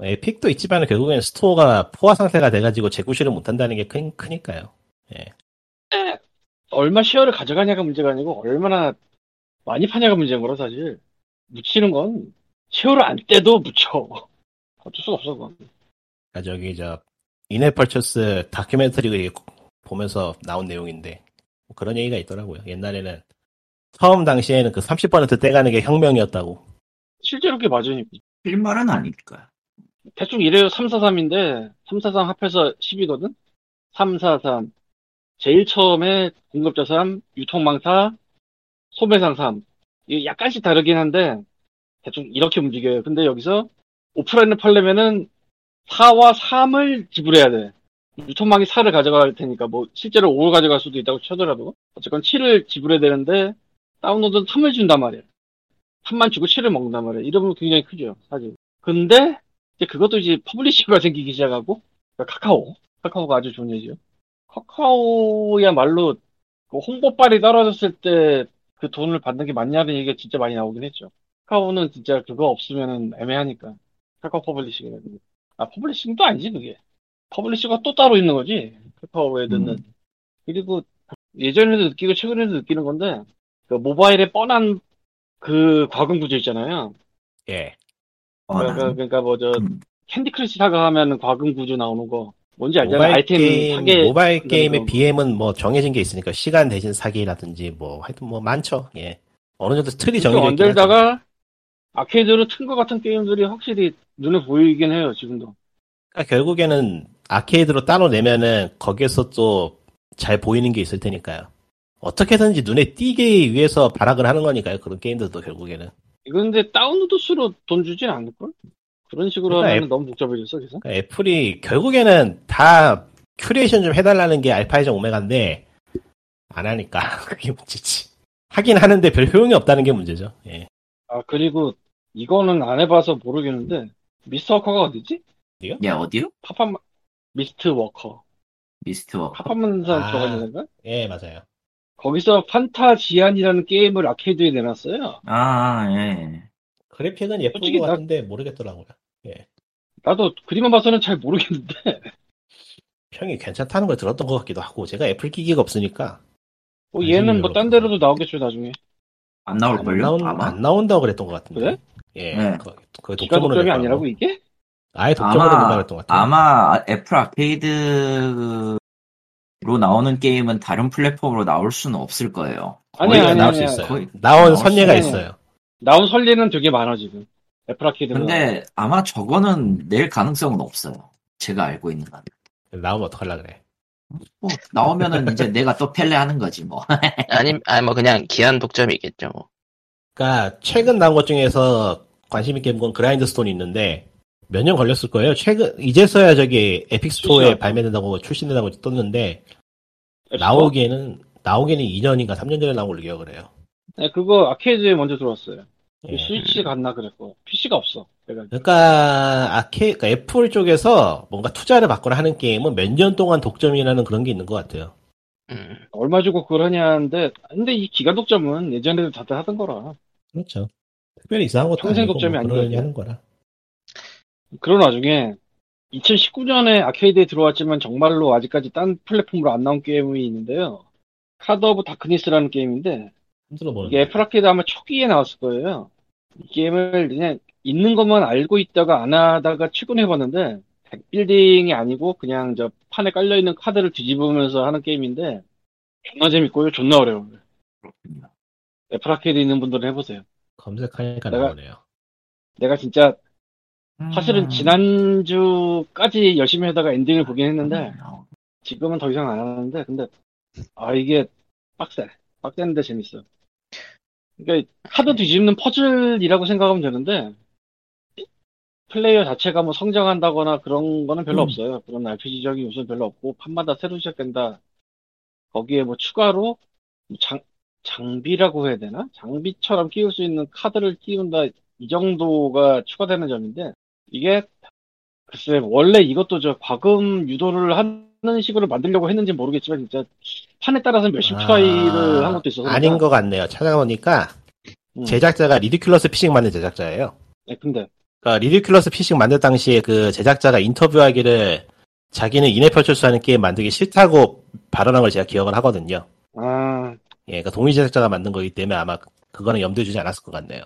에픽도 있지만 결국엔 스토어가 포화 상태가 돼가지고 재구시를 못한다는 게 큰, 크니까요.
얼마 시어를 가져가냐가 문제가 아니고 얼마나 많이 파냐가 문제인 거라 사실 묻히는 건 시어를 안 떼도 묻혀 어쩔 수가 없어 그건
그러니까 저기 저 인해 펄처스 다큐멘터리 보면서 나온 내용인데 뭐 그런 얘기가 있더라고요. 옛날에는 처음 당시에는 그 30% 떼가는 게 혁명이었다고.
실제로 그게 맞으니까
필말은 아니니까.
대충 이래요 343인데 343 합해서 10이거든 343 제일 처음에 공급자 3 유통망 4 소매상 3 이게 약간씩 다르긴 한데 대충 이렇게 움직여요 근데 여기서 오프라인을 팔려면은 4와 3을 지불해야 돼 유통망이 4를 가져갈 테니까 뭐 실제로 5를 가져갈 수도 있다고 쳐더라도 어쨌건 7을 지불해야 되는데 다운로드는 3을 준단 말이야 3만 주고 7을 먹는단 말이야 이러면 굉장히 크죠 사실 근데 이제 그것도 이제 퍼블리싱가 생기기 시작하고 그러니까 카카오 카카오가 아주 좋은 예죠 카카오야말로 그 홍보빨이 떨어졌을 때 그 돈을 받는 게 맞냐는 얘기가 진짜 많이 나오긴 했죠 카카오는 진짜 그거 없으면은 애매하니까 카카오 퍼블리싱이라는 아 퍼블리싱도 아니지 그게 퍼블리싱가 또 따로 있는 거지 카카오에 듣는
음.
그리고 예전에도 느끼고 최근에도 느끼는 건데 그 모바일의 뻔한 그 과금 구조 있잖아요
예.
어, 난-
그러니까, 그러니까 뭐 저
음.
캔디 크러쉬 사가 하면 과금 구조 나오는 거 뭔지 알잖아
모바일
아이템
게임,
사게
모바일 게임의
그런 거.
BM은 뭐 정해진 게 있으니까 시간 대신 사기라든지 뭐 하여튼 뭐 많죠. 예. 어느 정도 틀이
좀
정해져 있긴 하죠.
그렇죠. 언제다가 아케이드로 튼 것 같은 게임들이 확실히 눈에 보이긴 해요 지금도
그러니까 결국에는 아케이드로 따로 내면은 거기에서 또 잘 보이는 게 있을 테니까요. 어떻게든지 눈에 띄기 위해서 발악을 하는 거니까요. 그런 게임들도 결국에는.
이건 근데 다운로드 수로 돈 주진 않을걸 그런 식으로
그러니까
하면
앱-
너무 복잡해졌어 계속
그러니까 애플이 결국에는 다 큐레이션 좀 해달라는 게 알파이전 오메가인데 안 하니까 그게 문제지. 하긴 하는데 별 효용이 없다는 게 문제죠. 예.
아 그리고 이거는 안 해봐서 모르겠는데 미스터 워커가 어디지
야 어디요?
파파 미스트 워커
미스트 워커.
파파문산
아.
들어가는 가
예, 맞아요.
거기서 판타지안이라는 게임을 아케이드에 내놨어요
아 예.
그래픽은 예쁜
솔직히
것
나-
같은데 모르겠더라고요.
나도 그림만 봐서는 잘 모르겠는데
평이 괜찮다는 걸 들었던 것 같기도 하고 제가 애플 기기가 없으니까 아,
뭐 얘는 뭐 딴 데로도 나오겠죠 나중에
안
안,
나올걸요?
나온,
아마.
안 나온다고 그랬던 것 같은데.
그래?
예.
네.
거- 거의
기가
독점으로
독점이
냈다고.
아니라고 이게?
아예 독점으로 된다
아마
그랬던 것 같아요.
아마 애플 아케이드로 나오는 게임은 다른 플랫폼으로 나올 수는 없을 거예요.
아니,
거의
아니,
나올
아니,
수
아니.
있어요.
거의-
나온
나올
선예가
수
있어요.
나온 설례는 되게 많아 지금 애플 아케이드가
근데 아마 저거는 낼 가능성은 없어요. 제가 알고 있는 한.
나오면 어떡할라 그래.
뭐 나오면은 이제 내가 또 펠레 하는 거지 뭐.
아니, 아니 뭐 그냥 기한 독점이겠죠. 뭐.
그러니까 최근 나온 것 중에서 관심 있게 본 건 그라인드 스톤이 있는데 몇 년 걸렸을 거예요. 최근 이제서야 저기 에픽 스토어에
출시가.
발매된다고 출시된다고 떴는데
앱 스토어?
나오기에는 나오기는 2년인가 3년 전에 나온 걸로 기억을 해요.
네, 그거 아케이드에 먼저 들어왔어요
예. 네?
스위치 갔나 그랬고 PC가 없어 내가
그러니까 아케 그러니까 애플 쪽에서 뭔가 투자를 받거나 하는 게임은 몇 년 동안 독점이라는 그런 게 있는 것 같아요.
음.
얼마 주고 그걸 하냐 하는데 근데 이 기가 독점은 예전에도 다들 하던 거라
그렇죠. 특별히 이상한 것도
평생
아니고
독점이
뭐
아니거든요.
그러려니 하는 거라.
그런 와중에 2019년에 아케이드에 들어왔지만 정말로 아직까지 딴 플랫폼으로 안 나온 게임이 있는데요 카드 오브 다크니스라는 게임인데
힘들어 보는.
이게 애플 아케이드 아마 초기에 나왔을 거예요. 이 게임을 그냥 있는 것만 알고 있다가 안 하다가 최근에 해봤는데 백빌딩이 아니고 그냥 저 판에 깔려 있는 카드를 뒤집으면서 하는 게임인데 존나 재밌고요, 존나 어려워요.
그렇군요.
애플 아케이드 있는 분들은 해보세요.
검색하니까
내가-
나오네요.
내가 진짜
음.
사실은 지난주까지 열심히 하다가 엔딩을 보긴 했는데
어,
지금은 더 이상 안 하는데 근데 아 이게 빡세, 빡세는데 재밌어. 그러니까
네.
카드 뒤집는 퍼즐이라고 생각하면 되는데 플레이어 자체가 뭐 성장한다거나 그런 거는 별로
음.
없어요. 그런 RPG적인 요소는 별로 없고 판마다 새로 시작된다. 거기에 뭐 추가로 뭐 장 장비라고 해야 되나? 장비처럼 끼울 수 있는 카드를 끼운다 이 정도가 추가되는 점인데 이게 글쎄 원래 이것도 저 과금 유도를 하는 식으로 만들려고 했는지 모르겠지만 진짜 판에 따라서 몇십 차이를
아,
한 것도 있어서 그러니까.
아닌 것 같네요. 찾아보니까
음.
제작자가 리디큘러스 피싱 만든 제작자예요.
네, 근데
그러니까 리디큘러스 피싱 만들 당시에 그 제작자가 인터뷰하기를 자기는 인해표 철수하는 게임 만들기 싫다고 발언한 걸 제가 기억을 하거든요.
아
예, 그러니까 동일 제작자가 만든 거기 때문에 아마 그거는 염두에 주지 않았을 것 같네요.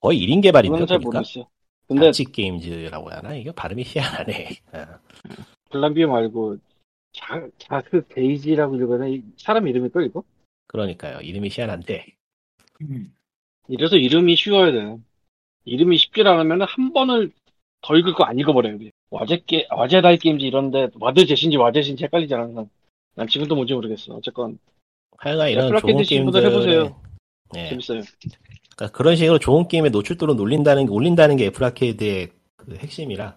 거의 1인 개발인데요.
그건 잘
보니까?
모르겠어요. 근데
같이 게임즈라고 해야 하나? 이거 발음이 희한하네. 아,
블람비오 말고 자, 자크 데이지라고 읽거나 이 사람 이름일걸 이거?
그러니까요. 이름이 희한한데.
음.
이래서 이름이 쉬워야 돼요. 이름이 쉽지 않으면 한 번을 더 읽을 거 안 읽어버려요. 우리. 와제게 와제다이 게임즈 이런데 와드 제신지 와제신지 헷갈리지 않았나? 난 지금도 뭔지 모르겠어. 어쨌건
하여간 이런
플라켓
좋은
드시는 분들
게임들
해보세요.
예,
재밌어요.
그러니까 그런 식으로 좋은 게임에 노출도를 올린다는 게 올린다는 게 애플 아케이드의 그 핵심이라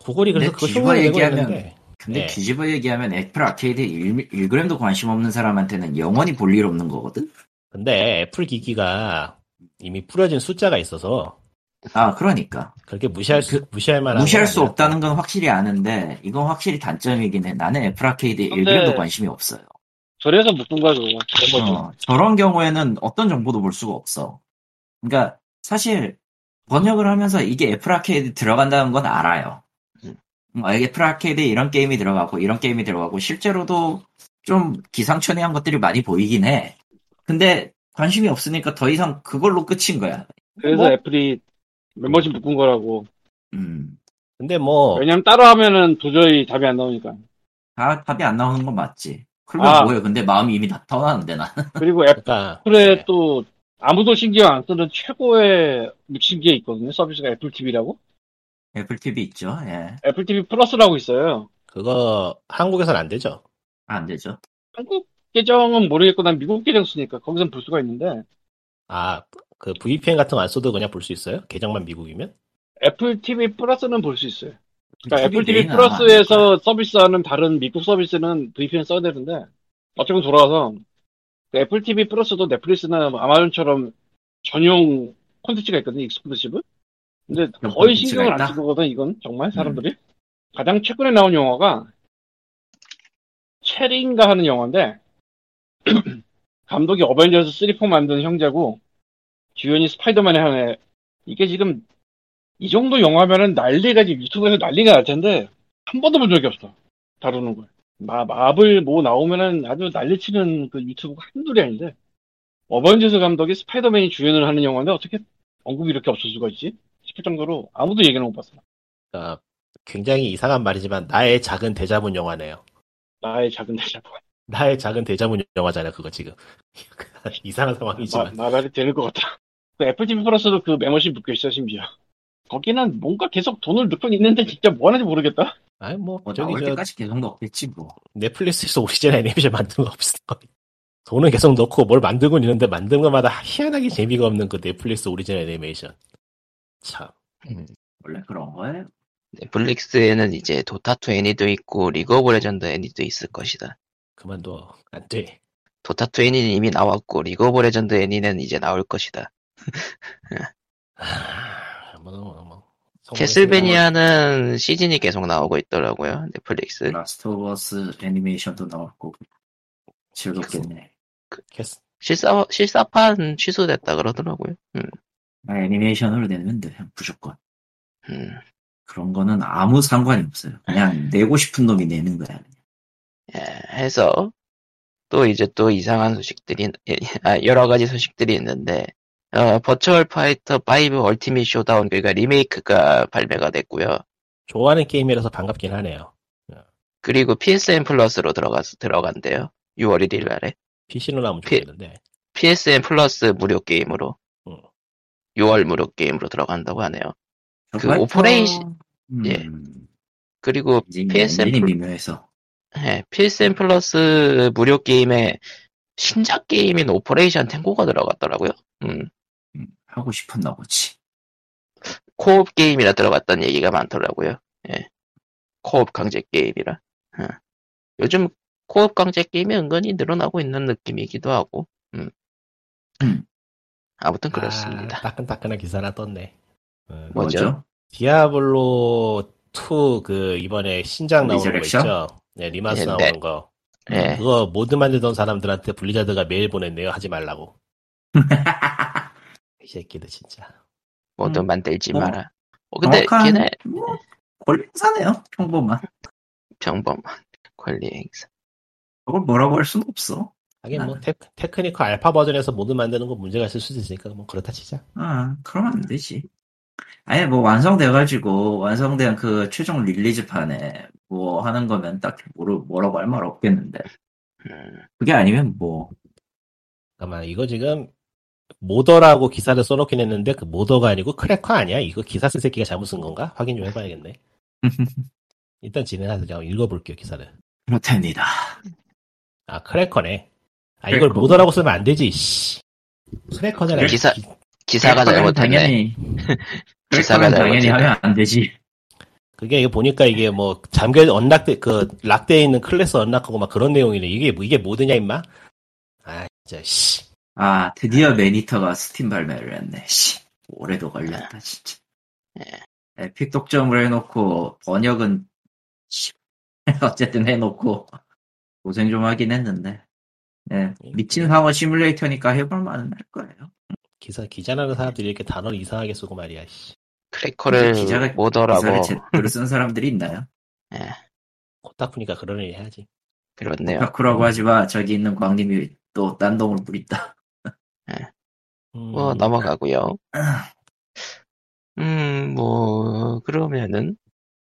구글이 그래서
근데
그걸
뒤집어
흉내내고
네, 얘기하면
있는데
근데
네.
예.
뒤집어 얘기하면 애플 아케이드에 1, 1g도 관심 없는 사람한테는 영원히 볼 일 없는 거거든?
근데 애플 기기가 이미 뿌려진 숫자가 있어서
아, 그러니까.
그렇게 무시할 수 무시할
그러니까.
만한
무시할
건
수
아니라.
없다는 건 확실히 아는데, 이건 확실히 단점이긴 해. 나는 애플 아케이드에
근데-
1g도 관심이 없어요.
그래서 묶은 거야 그거. 멤버죠.
어, 저런 경우에는 어떤 정보도 볼 수가 없어. 그러니까, 사실, 번역을 하면서 이게 애플 아케이드 들어간다는 건 알아요. 음, 애플 아케이드에 이런 게임이 들어가고, 이런 게임이 들어가고, 실제로도 좀 기상천외한 것들이 많이 보이긴 해. 근데, 관심이 없으니까 더 이상 그걸로 끝인 거야.
그래서
뭐?
애플이 멤버십 묶은 거라고.
음.
근데 뭐
왜냐면 따로 하면은 도저히 답이 안 나오니까.
다, 답이 안 나오는 건 맞지. 그러면
아.
뭐예요? 근데 마음이 이미 다 떠나는데, 나.
그리고 애플에
그러니까 예.
또 아무도 신경 안 쓰는 최고의 묻힌 게 있거든요. 서비스가 애플 TV라고.
애플 TV 있죠? 예.
애플 TV 플러스라고 있어요.
그거 한국에선 안 되죠.
아, 안 되죠.
한국 계정은 모르겠고 난 미국 계정 쓰니까 거기선 볼 수가 있는데
아 그 VPN 같은 거 안 써도 그냥 볼 수 있어요? 계정만 미국이면?
애플 TV 플러스는 볼 수 있어요. 그러니까 애플 TV
메인은 아마 안 될 거야.
플러스에서 서비스하는 다른 미국 서비스는 VPN 써야 되는데 어쨌건 돌아와서 그 애플 TV 플러스도 넷플릭스나 뭐 아마존처럼 전용 콘텐츠가 있거든요. 익스클루시브. 근데
전용 콘텐츠가
거의 신경을 안
있다? 음.
쓰거든 이건 정말 사람들이. 가장 최근에 나온 영화가 체리인가 하는 영화인데 감독이 어벤져스 3, 4 만든 형제고 주연이 스파이더맨에 하는 애. 이게 지금 이 정도 영화면은 난리가 지금 유튜브에서 난리가 날 텐데 한 번도 본 적이 없어 다루는 걸 마, 마블 뭐 나오면은 아주 난리치는 그 유튜브가 한둘이 아닌데 어벤져스 감독이 스파이더맨이 주연을 하는 영화인데 어떻게 언급이 이렇게 없을 수가 있지 싶을 정도로 아무도 얘기는 못 봤어
그러니까 굉장히 이상한 말이지만 나의 작은 대자본 영화네요.
나의 작은 대자본
나의 작은 대자본 영화잖아 그거 지금 이상한
마-
상황이지만
말이 되는 것 같다. 그 애플 TV 플러스도 그 멤버십 묶여 있어 심지어. 거기는 뭔가 계속 돈을 넣고 있는데 진짜 뭐 하는지 모르겠다.
아니 뭐
뭐
저기
나올
저
때까지 계속 넣겠지 뭐.
넷플릭스에서 오리지널 애니메이션 만든 거 없어 돈은 계속 넣고 뭘 만들고 있는데 만든 것마다 희한하게 재미가 없는 그 넷플릭스 오리지널 애니메이션 참
음.
원래 그런 거예요.
넷플릭스에는 이제 도타2 애니도 있고 리그 오브 레전드 애니도 있을 것이다.
그만둬 안돼
도타2 애니는 이미 나왔고 리그 오브 레전드 애니는 이제 나올 것이다.
뭐, 뭐, 뭐. 성공했으면
캐슬베니아는 시즌이 계속 나오고 있더라고요. 넷플릭스.
라스트 오브 어스 애니메이션도 나올 거고.
그렇죠.
즐겁겠네.
뭐, 캐스,
실사 실사판 취소됐다 그러더라고요. 음,
아, 애니메이션으로 내면 돼. 무조건.
음.
그런 거는 아무 상관이 없어요. 그냥
네.
내고 싶은 놈이 내는 거야.
예, 해서 또 이제 또 이상한 소식들이 아, 여러 가지 소식들이 있는데 어, 버추얼 파이터 5 얼티밋 쇼다운 그러니까 리메이크가 발매가 됐고요.
좋아하는 게임이라서 반갑긴 하네요
그리고 PSN 플러스로 들어가 들어간대요. 6월 1일 날에
PC로 나오면
피-
좋겠는데
PSN 플러스 무료 게임으로
음.
6월 무료 게임으로 들어간다고 하네요.
그
그 오퍼레이션- 예. 그리고 PSN
PSN
플-
음. 미묘해서.
예, PSN 플러스 무료 게임에 신작 게임인 오퍼레이션 탱고가 들어갔더라고요. 음,
음, 하고 싶었나 보지.
코업 게임이라 들어갔다는 얘기가 많더라고요. 예. 코업 강제 게임이라. 어. 요즘 코업 강제 게임이 은근히 늘어나고 있는 느낌이기도 하고. 음.
음.
아무튼 그렇습니다.
아, 따끈따끈한 기사 하나 떴네 음.
뭐죠?
뭐죠?
디아블로 2 그 이번에 신작 나오는 거
리저렉션?
있죠? 네, 리마스
네,
나오는 거.
예.
그거 모드 만들던 사람들한테 블리자드가 메일 보냈네요. 하지 말라고. 이 새끼들 진짜.
뭐든 만들지
어.
마라. 어, 근데
정확한-
걔네
뭐, 권리사네요 평범한
평범한 권리 행사.
그걸 뭐라고 할 수는 없어
하긴
아.
뭐 테, 테크니컬 알파 버전에서 모드 만드는 거 문제가 있을 수도 있으니까 뭐 그렇다 치자.
아 그러면 안 되지 아예 뭐 완성돼가지고 완성된 그 최종 릴리즈판에 뭐 하는 거면 딱히 뭐라, 뭐라고 할 말 없겠는데
음,
그게 아니면 뭐
잠깐만 이거 지금 모더라고 기사를 써놓긴 했는데 그 모더가 아니고 크래커 아니야? 이거 기사 쓴 새끼가 잘못 쓴 건가? 확인 좀 해봐야겠네. 일단 진행하세요. 제가 읽어볼게요 기사를.
그렇답니다
아 크래커네. 아
크래커.
이걸 모더라고 쓰면 안 되지. 씨. 크래커잖아.
기사-
기-
기사가
그래프는
잘못했네.
당연히
기사가
그래프는 당연히
잘못했네.
하면 안 되지
그게 이거 보니까 이게 뭐 잠겨 언락돼 그 락돼 있는 클래스 언락하고 막 그런 내용이네. 이게 뭐- 이게 뭐드냐 임마? 아 진짜 씨.
아 드디어 매니터가 스팀 발매를 했네 씨 올해도 걸렸다 진짜 네. 에픽 독점을 해놓고 번역은 씨, 어쨌든 해놓고 고생 좀 하긴 했는데 예, 미친 상어 시뮬레이터니까 해볼만은 할 거예요 그
기사 기자라는 사람들이 이렇게 단어를 이상하게 쓰고 말이야. 씨.
크래커를
기자가- 기사를
모더라고
제대로 쓴 사람들이 있나요?
코타쿠니까 그런 일 해야지.
그렇네요.
벽후라고 하지마 저기 있는 광님이 또 난동을 부린다
음,
뭐 넘어가고요. 음, 뭐 그러면은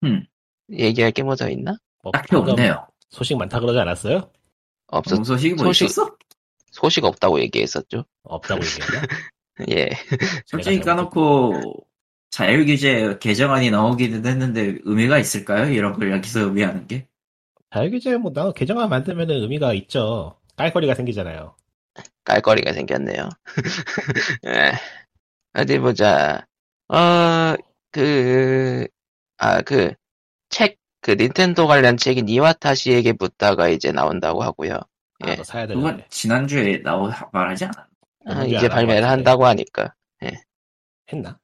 음.
얘기할 게 뭐 더 있나?
뭐
딱히
방금
없네요
소식 많다 그러지 않았어요?
없었
어, 너무 소식이 뭐
소식-
있었어?
소식 없다고 얘기했었죠.
없다고
예.
얘기했나?
솔직히
내가
까놓고 자율규제 개정안이 나오기는 했는데 의미가 있을까요? 이런 걸 여기서 의미하는 게?
자유규제 뭐 나온 개정안 만들면 의미가 있죠. 깔거리가 생기잖아요.
깔거리가 생겼네요. 예. 어디 보자. 어, 그, 아, 그, 책, 그 닌텐도 관련 책인 이와타시에게 묻다가 이제 나온다고 하고요.
아,
예.
너 사야
그건
되는데.
지난주에 나오 말하지 않았나?
아,
뭔지
이제
알아봤는데.
발매를 한다고 하니까.
했나?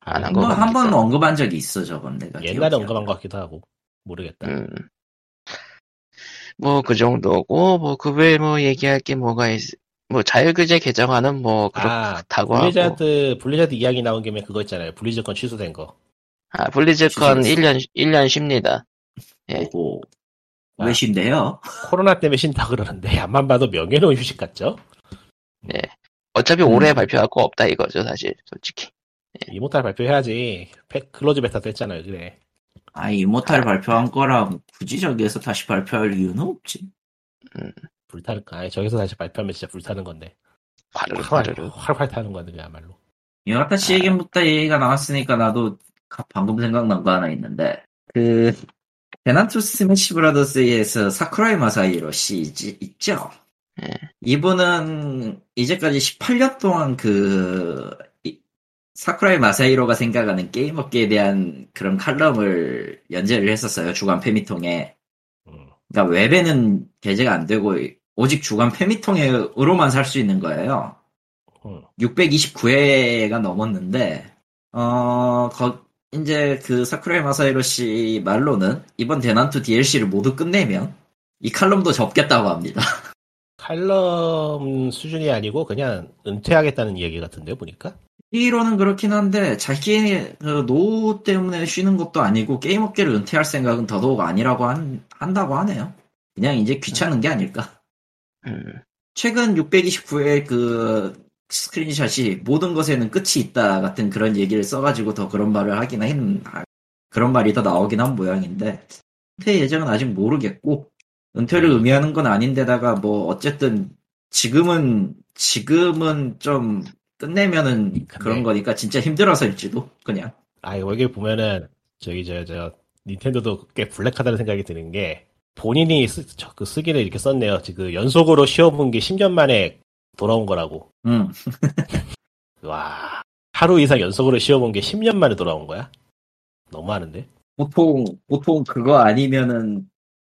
안한 거.
한번
같기도
한번
하고.
언급한 적이 있어 저건 내가
옛날에
기억이
언급한
안
것 같기도 하고 모르겠다.
음. 뭐, 그 정도고, 뭐, 그 외에 뭐, 얘기할 게 뭐가 있, 뭐, 자율규제 개정안은 뭐,
아,
그렇다고 하고.
블리자드 블리자드 이야기 나온 김에 그거 있잖아요. 블리자드 건 취소된 거.
아, 블리즈컨
취소했어.
1년, 1년 쉽니다. 예.
오고
아.
왜신데요?
코로나 때문에 쉰다 그러는데 안만 봐도 명예로운 휴식 같죠?
어차피 올해
음.
발표할 거 없다 이거죠, 사실, 솔직히.
이모탈 발표해야지. 팩- 클로즈 베타도 했잖아요. 그래.
아 이모탈 발표한 거랑 굳이 저기에서 다시 발표할 이유는 없지.
불타는 거. 아니 저기서 다시 발표하면 진짜 불타는 건데.
화르르,
활-
화르르.
활활 타는 건데 그야말로.
이와타 씨 얘기부터 얘기가 나왔으니까 나도 가- 방금 생각난 거 하나 있는데 그 베난투 스매시 브라더스에서 사쿠라이 마사히로 씨 있- 있죠.
예.
이분은 이제까지 18년 동안 그 이- 사쿠라이 마사히로가 생각하는 게임 업계에 대한 그런 칼럼을 연재를 했었어요. 주간 페미통에.
음.
그러니까 웹에는 게재가 안 되고 오직 주간 페미통으로만 살 수 있는 거예요.
음.
629회가 넘었는데 어, 거- 이제 그 사쿠라이 마사히로 씨 말로는 이번 대난투 DLC를 모두 끝내면 이 칼럼도 접겠다고 합니다.
칼럼 수준이 아니고 그냥 은퇴하겠다는 얘기 같은데요 보니까
이로는 그렇긴 한데 자기의 그 노후 때문에 쉬는 것도 아니고 게임 업계를 은퇴할 생각은 더더욱 아니라고 한- 한다고 하네요. 그냥 이제 귀찮은 게 아닐까.
음,
최근 629의 그 스크린샷이 모든 것에는 끝이 있다 같은 그런 얘기를 써가지고 더 그런 말을 하긴 했, 아, 그런 말이 더 나오긴 한 모양인데, 은퇴 예정은 아직 모르겠고, 은퇴를 의미하는 건 아닌데다가 뭐, 어쨌든, 지금은, 지금은 좀 끝내면은 그런
근데-
거니까 진짜 힘들어서일지도, 그냥.
아 이거 여기 보면은 저기 저 저 닌텐도도 꽤 블랙하다는 생각이 드는 게 본인이 쓰, 저, 그 쓰기를 이렇게 썼네요 지금 그 연속으로 쉬어본 게 10년 만에 돌아온 거라고
음.
와 하루 이상 연속으로 쉬어본 게 10년 만에 돌아온 거야 너무하는데
보통, 보통 그거 아니면은,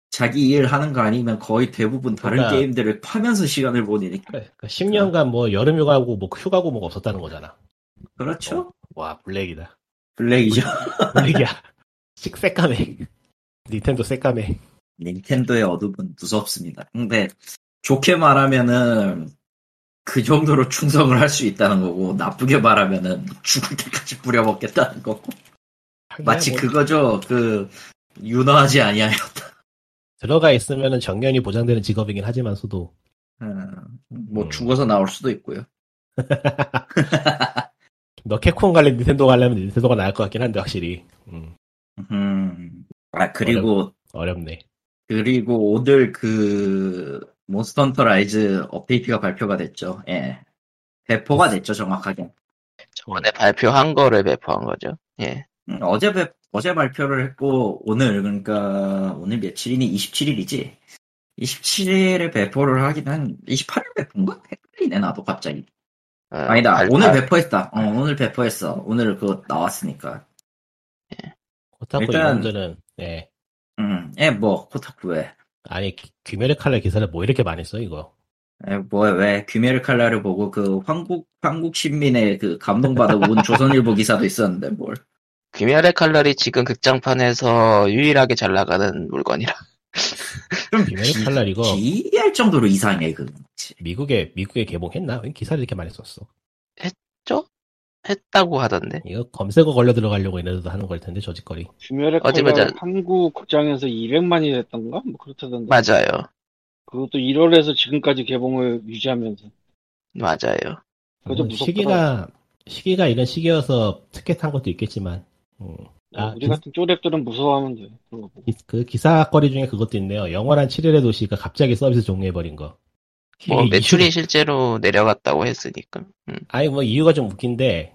자기 일 하는 거 아니면 거의 대부분 다른
그러니까-
게임들을 파면서 시간을 보내니까.
그러니까 10년간 뭐 여름 휴가고 뭐 휴가고 뭐가 없었다는 거잖아
그렇죠?
와 블랙이다
블랙이죠.
블랙이야 식새까매 닌텐도 새까매
그 닌텐도의 어둠은 무섭습니다. 근데 좋게 말하면은 그 정도로 충성을 할 수 있다는 거고 나쁘게 말하면은 죽을 때까지 부려먹겠다는 거고 마치
뭐
그거죠. 그 유능하지 아니하였다.
들어가 있으면은 정년이 보장되는 직업이긴 하지만서도
음, 뭐
음.
죽어서 나올 수도 있고요.
너 캡콤 갈래 닌텐도 갈려면 닌텐도가 나을 것 같긴 한데 확실히 음,
음. 아 그리고
어렵네.
그리고 오늘 그 몬스터 헌터 라이즈 업데이트가 발표가 됐죠. 예. 배포가 됐죠, 정확하게.
저번에 네, 발표한 거를 배포한 거죠. 예.
음, 어제 배, 어제 발표를 했고 오늘 그러니까 오늘 며칠이니 27일이지. 27일에 배포를 하긴 한 28일 배포인가? 헷갈리네 나도 갑자기.
어,
아니다.
발-
오늘
발-
배포했다. 어, 오늘 배포했어. 오늘 그거 나왔으니까.
코타쿠
일단-
이분들은 예
음. 예, 뭐 코타쿠에.
아니 귀- 귀멸의 칼날 기사를 뭐 이렇게 많이 써 이거.
에, 뭐야 왜 귀멸의 칼날을 보고 그 황국 황국 신민의 그 감동받아 온 조선일보 기사도 있었는데 뭘.
귀멸의 칼날이 지금 극장판에서 유일하게 잘 나가는 물건이라.
좀
귀멸의
기-
칼날 이거
기이할 정도로 이상해 그.
미국에 미국에 개봉했나? 왜 기사를 이렇게 많이 썼어?
했다고 하던데.
이거 검색어 걸려 들어가려고 얘네들도 하는 걸 텐데 저짓거리.
규멸의
어제
칼날
보자.
한국 국장에서 200만이 됐던가? 뭐 그렇다던데.
맞아요.
그것도 1월에서 지금까지 개봉을 유지하면서.
맞아요.
그것도
음,
무섭구나.
시기가 시기가 이런 시기여서 특혜탄 것도 있겠지만 음. 아,
우리 같은 쪼랩들은 무서워하면 돼. 그런 거 보고.
기- 그 기사거리 중에 그것도 있네요. 영원한 7일의 도시가 갑자기 서비스 종료해버린 거.
뭐
이게
매출이
이유가-
실제로 내려갔다고 했으니까. 음.
아니 뭐 이유가 좀 웃긴데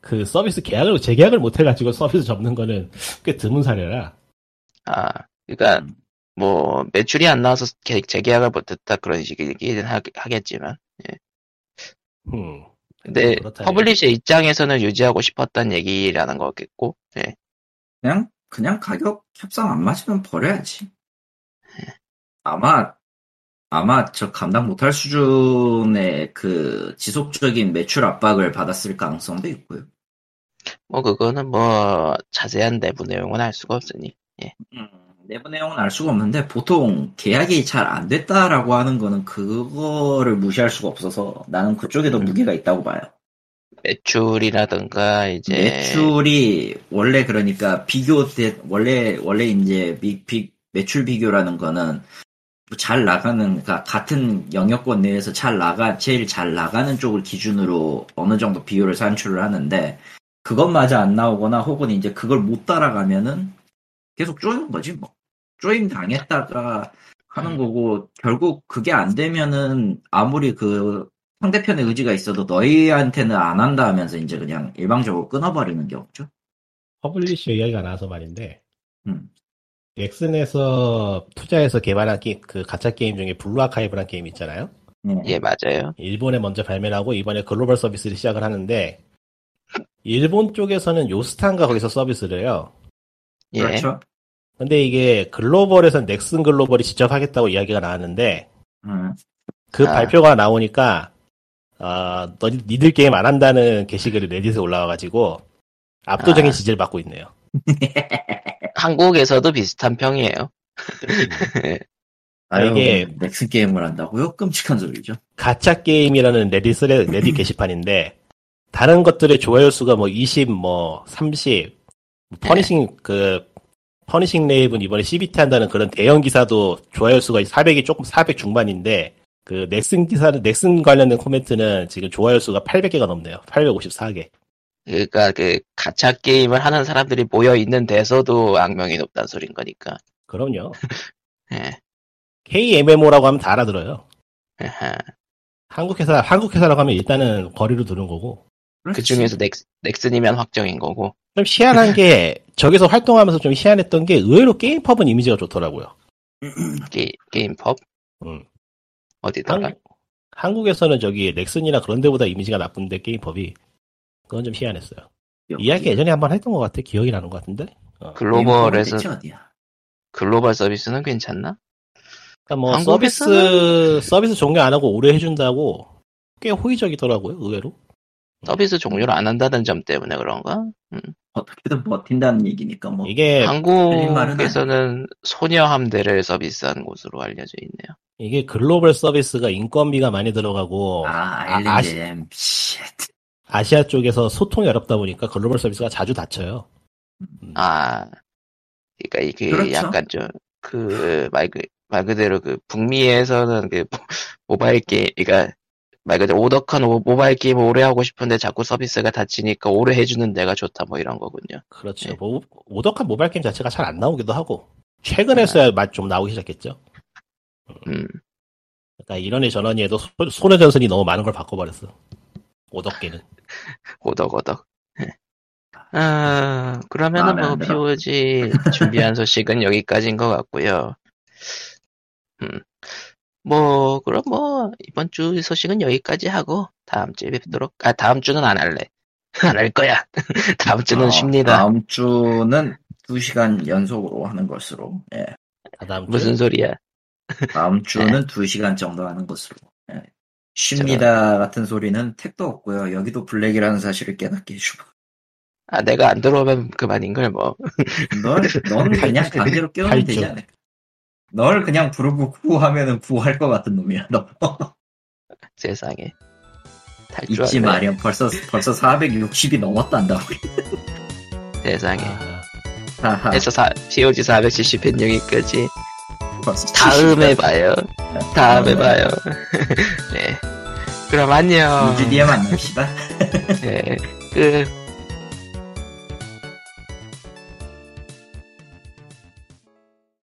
그 서비스 계약을 재계약을 못 해가지고 서비스 접는 거는 꽤 드문 사례라.
아, 그러니까
음.
뭐 매출이 안 나와서 개- 재계약을 못했다 그런 식이긴 하, 겠지만
음.
근데
그렇다네요.
퍼블리셔 입장에서는 유지하고 싶었던 얘기라는 거겠고. 예.
그냥 그냥 가격 협상 안 맞으면 버려야지. 아마 아마 저 감당 못할 수준의 그 지속적인 매출 압박을 받았을 가능성도 있고요.
뭐 그거는 뭐 자세한 내부 내용은 알 수가 없으니.
음, 내부 내용은 알 수가 없는데 보통 계약이 잘 안 됐다라고 하는 거는 그거를 무시할 수가 없어서 나는 그쪽에도
음.
무게가 있다고 봐요.
매출이라든가 이제
매출이 원래 그러니까 비교 대 원래 원래 이제 미- 비- 매출 비교라는 거는 뭐잘 나가는 그러니까 같은 영역권 내에서 잘 나가 제일 잘 나가는 쪽을 기준으로 어느 정도 비율을 산출을 하는데 그것마저 안 나오거나 혹은 이제 그걸 못 따라가면은 계속 쪼이는 거지 뭐 쪼임 당했다가 하는
음.
거고 결국 그게 안 되면은 아무리 그 상대편의 의지가 있어도 너희한테는 안 한다 하면서 이제 그냥 일방적으로 끊어버리는 게 없죠.
퍼블리셔 이야기가 나와서 말인데.
음.
넥슨에서 투자해서 개발한 게, 그 가짜 게임 중에 블루 아카이브란 게임 있잖아요.
예 맞아요.
일본에 먼저 발매를 하고 이번에 글로벌 서비스를 시작을 하는데 일본 쪽에서는 요스탄가 거기서 서비스를 해요.
예.
그렇죠.
근데 이게 글로벌에선 넥슨 글로벌이 직접 하겠다고 이야기가 나왔는데
음.
그
아.
발표가 나오니까 아, 너 니들 게임 안 한다는 게시글이 레딧에 올라와가지고 압도적인
아.
지지를 받고 있네요.
한국에서도 비슷한 평이에요.
아유,
이게-
넥슨 게임을 한다고요? 끔찍한 소리죠.
가짜 게임이라는 레딧 레딧 게시판인데 다른 것들의 좋아요 수가 뭐 20, 뭐 30,
네.
퍼니싱 그 퍼니싱 레이븐 이번에 CBT 한다는 그런 대형 기사도 좋아요 수가 400이 조금 400 중반인데 그 넥슨 기사는 넥슨 관련된 코멘트는 지금 좋아요 수가 800개가 넘네요. 854개.
그러니까 그 가챠 게임을 하는 사람들이 모여 있는 데서도 악명이 높다는 소린 거니까.
그럼요.
예.
KMMO라고 하면 다 알아들어요.
아하.
한국 회사 한국 회사라고 하면 일단은 거리로 두는 거고
그 중에서 넥, 넥슨이면 확정인 거고.
좀 희한한 게 저기서 활동하면서 좀 희한했던 게 의외로 게임펍은 이미지가 좋더라고요.
게, 게임펍?
음.
어디다가?
한국, 한국에서는 저기 넥슨이나 그런 데보다 이미지가 나쁜데 게임법이 그건 좀 희한했어요. 이야기 예전에 한번 했던 것 같아. 기억이 나는 것 같은데.
글로벌에서,
대체 뭐 어디야?
글로벌 서비스는 괜찮나?
그러니까 뭐
한국에서는-
서비스 서비스 종료 안 하고 오래 해준다고 꽤 호의적이더라고요. 의외로.
서비스 종료를 안 한다는 점 때문에 그런가?
어떻게든 버틴다는 얘기니까 뭐.
이게
아.
틀린 말은
한국에서는 소녀 함대를 서비스한 곳으로 알려져 있네요.
이게 글로벌 서비스가 인건비가 많이
뭐
들어가고
아,
아,
LNGM. 쉣.
아시아 쪽에서 소통이 어렵다 보니까 글로벌 서비스가 자주 다쳐요. 음,
아, 그러니까 이게
그렇죠.
약간 좀 그 말 그대로 그 북미에서는 그 모- 모바일 게임, 그러니까 말 그대로 오덕한 오- 모바일 게임 오래 하고 싶은데 자꾸 서비스가 닫히니까 오래 해주는 데가 좋다 뭐 이런 거군요.
그렇죠.
네.
뭐, 오덕한 모바일 게임 자체가 잘 안 나오기도 하고 최근에서야 맛 좀 나오기 시작했죠.
네. 음.
그러니까 이런이 저런이에도 소- 손해 전선이 너무 많은 걸 바꿔버렸어. 오덕계는.
오덕오덕. 예. 아, 그러면은
마음에
뭐,
안 들어.
POG 준비한 소식은 여기까지인 것 같고요. 음, 뭐, 그럼 뭐, 이번 주 소식은 여기까지 하고, 다음 주에 뵙도록, 아, 다음 주는 안 할래. 안 할 거야. 다음 주는
어,
쉽니다.
다음 주는 2시간 연속으로 하는 것으로. 예.
그 다 다음 주
무슨 소리야.
다음
네.
주는 2시간 정도 하는 것으로. 예. 쉽니다 같은 소리는 택도 없고요. 여기도 블랙이라는 사실을 깨닫게 해주고.
아, 내가 안 들어오면 그만인걸, 뭐.
널, 넌 그냥 강제로 깨우면 되지
발전.
않을까. 널 그냥 부르고 구하면은 구할 것 같은 놈이야, 너.
세상에. 탈주할래.
잊지 마렴. 벌써, 벌써 460이 넘었단다,
네.
우리.
세상에.
아,
하하.
그래서 사, POG 470편 여기까지.
벌써
다음에
70.
봐요. 다음에 봐요. 네. 그럼 안녕.
2주 뒤에 만납시다.
네. 끝.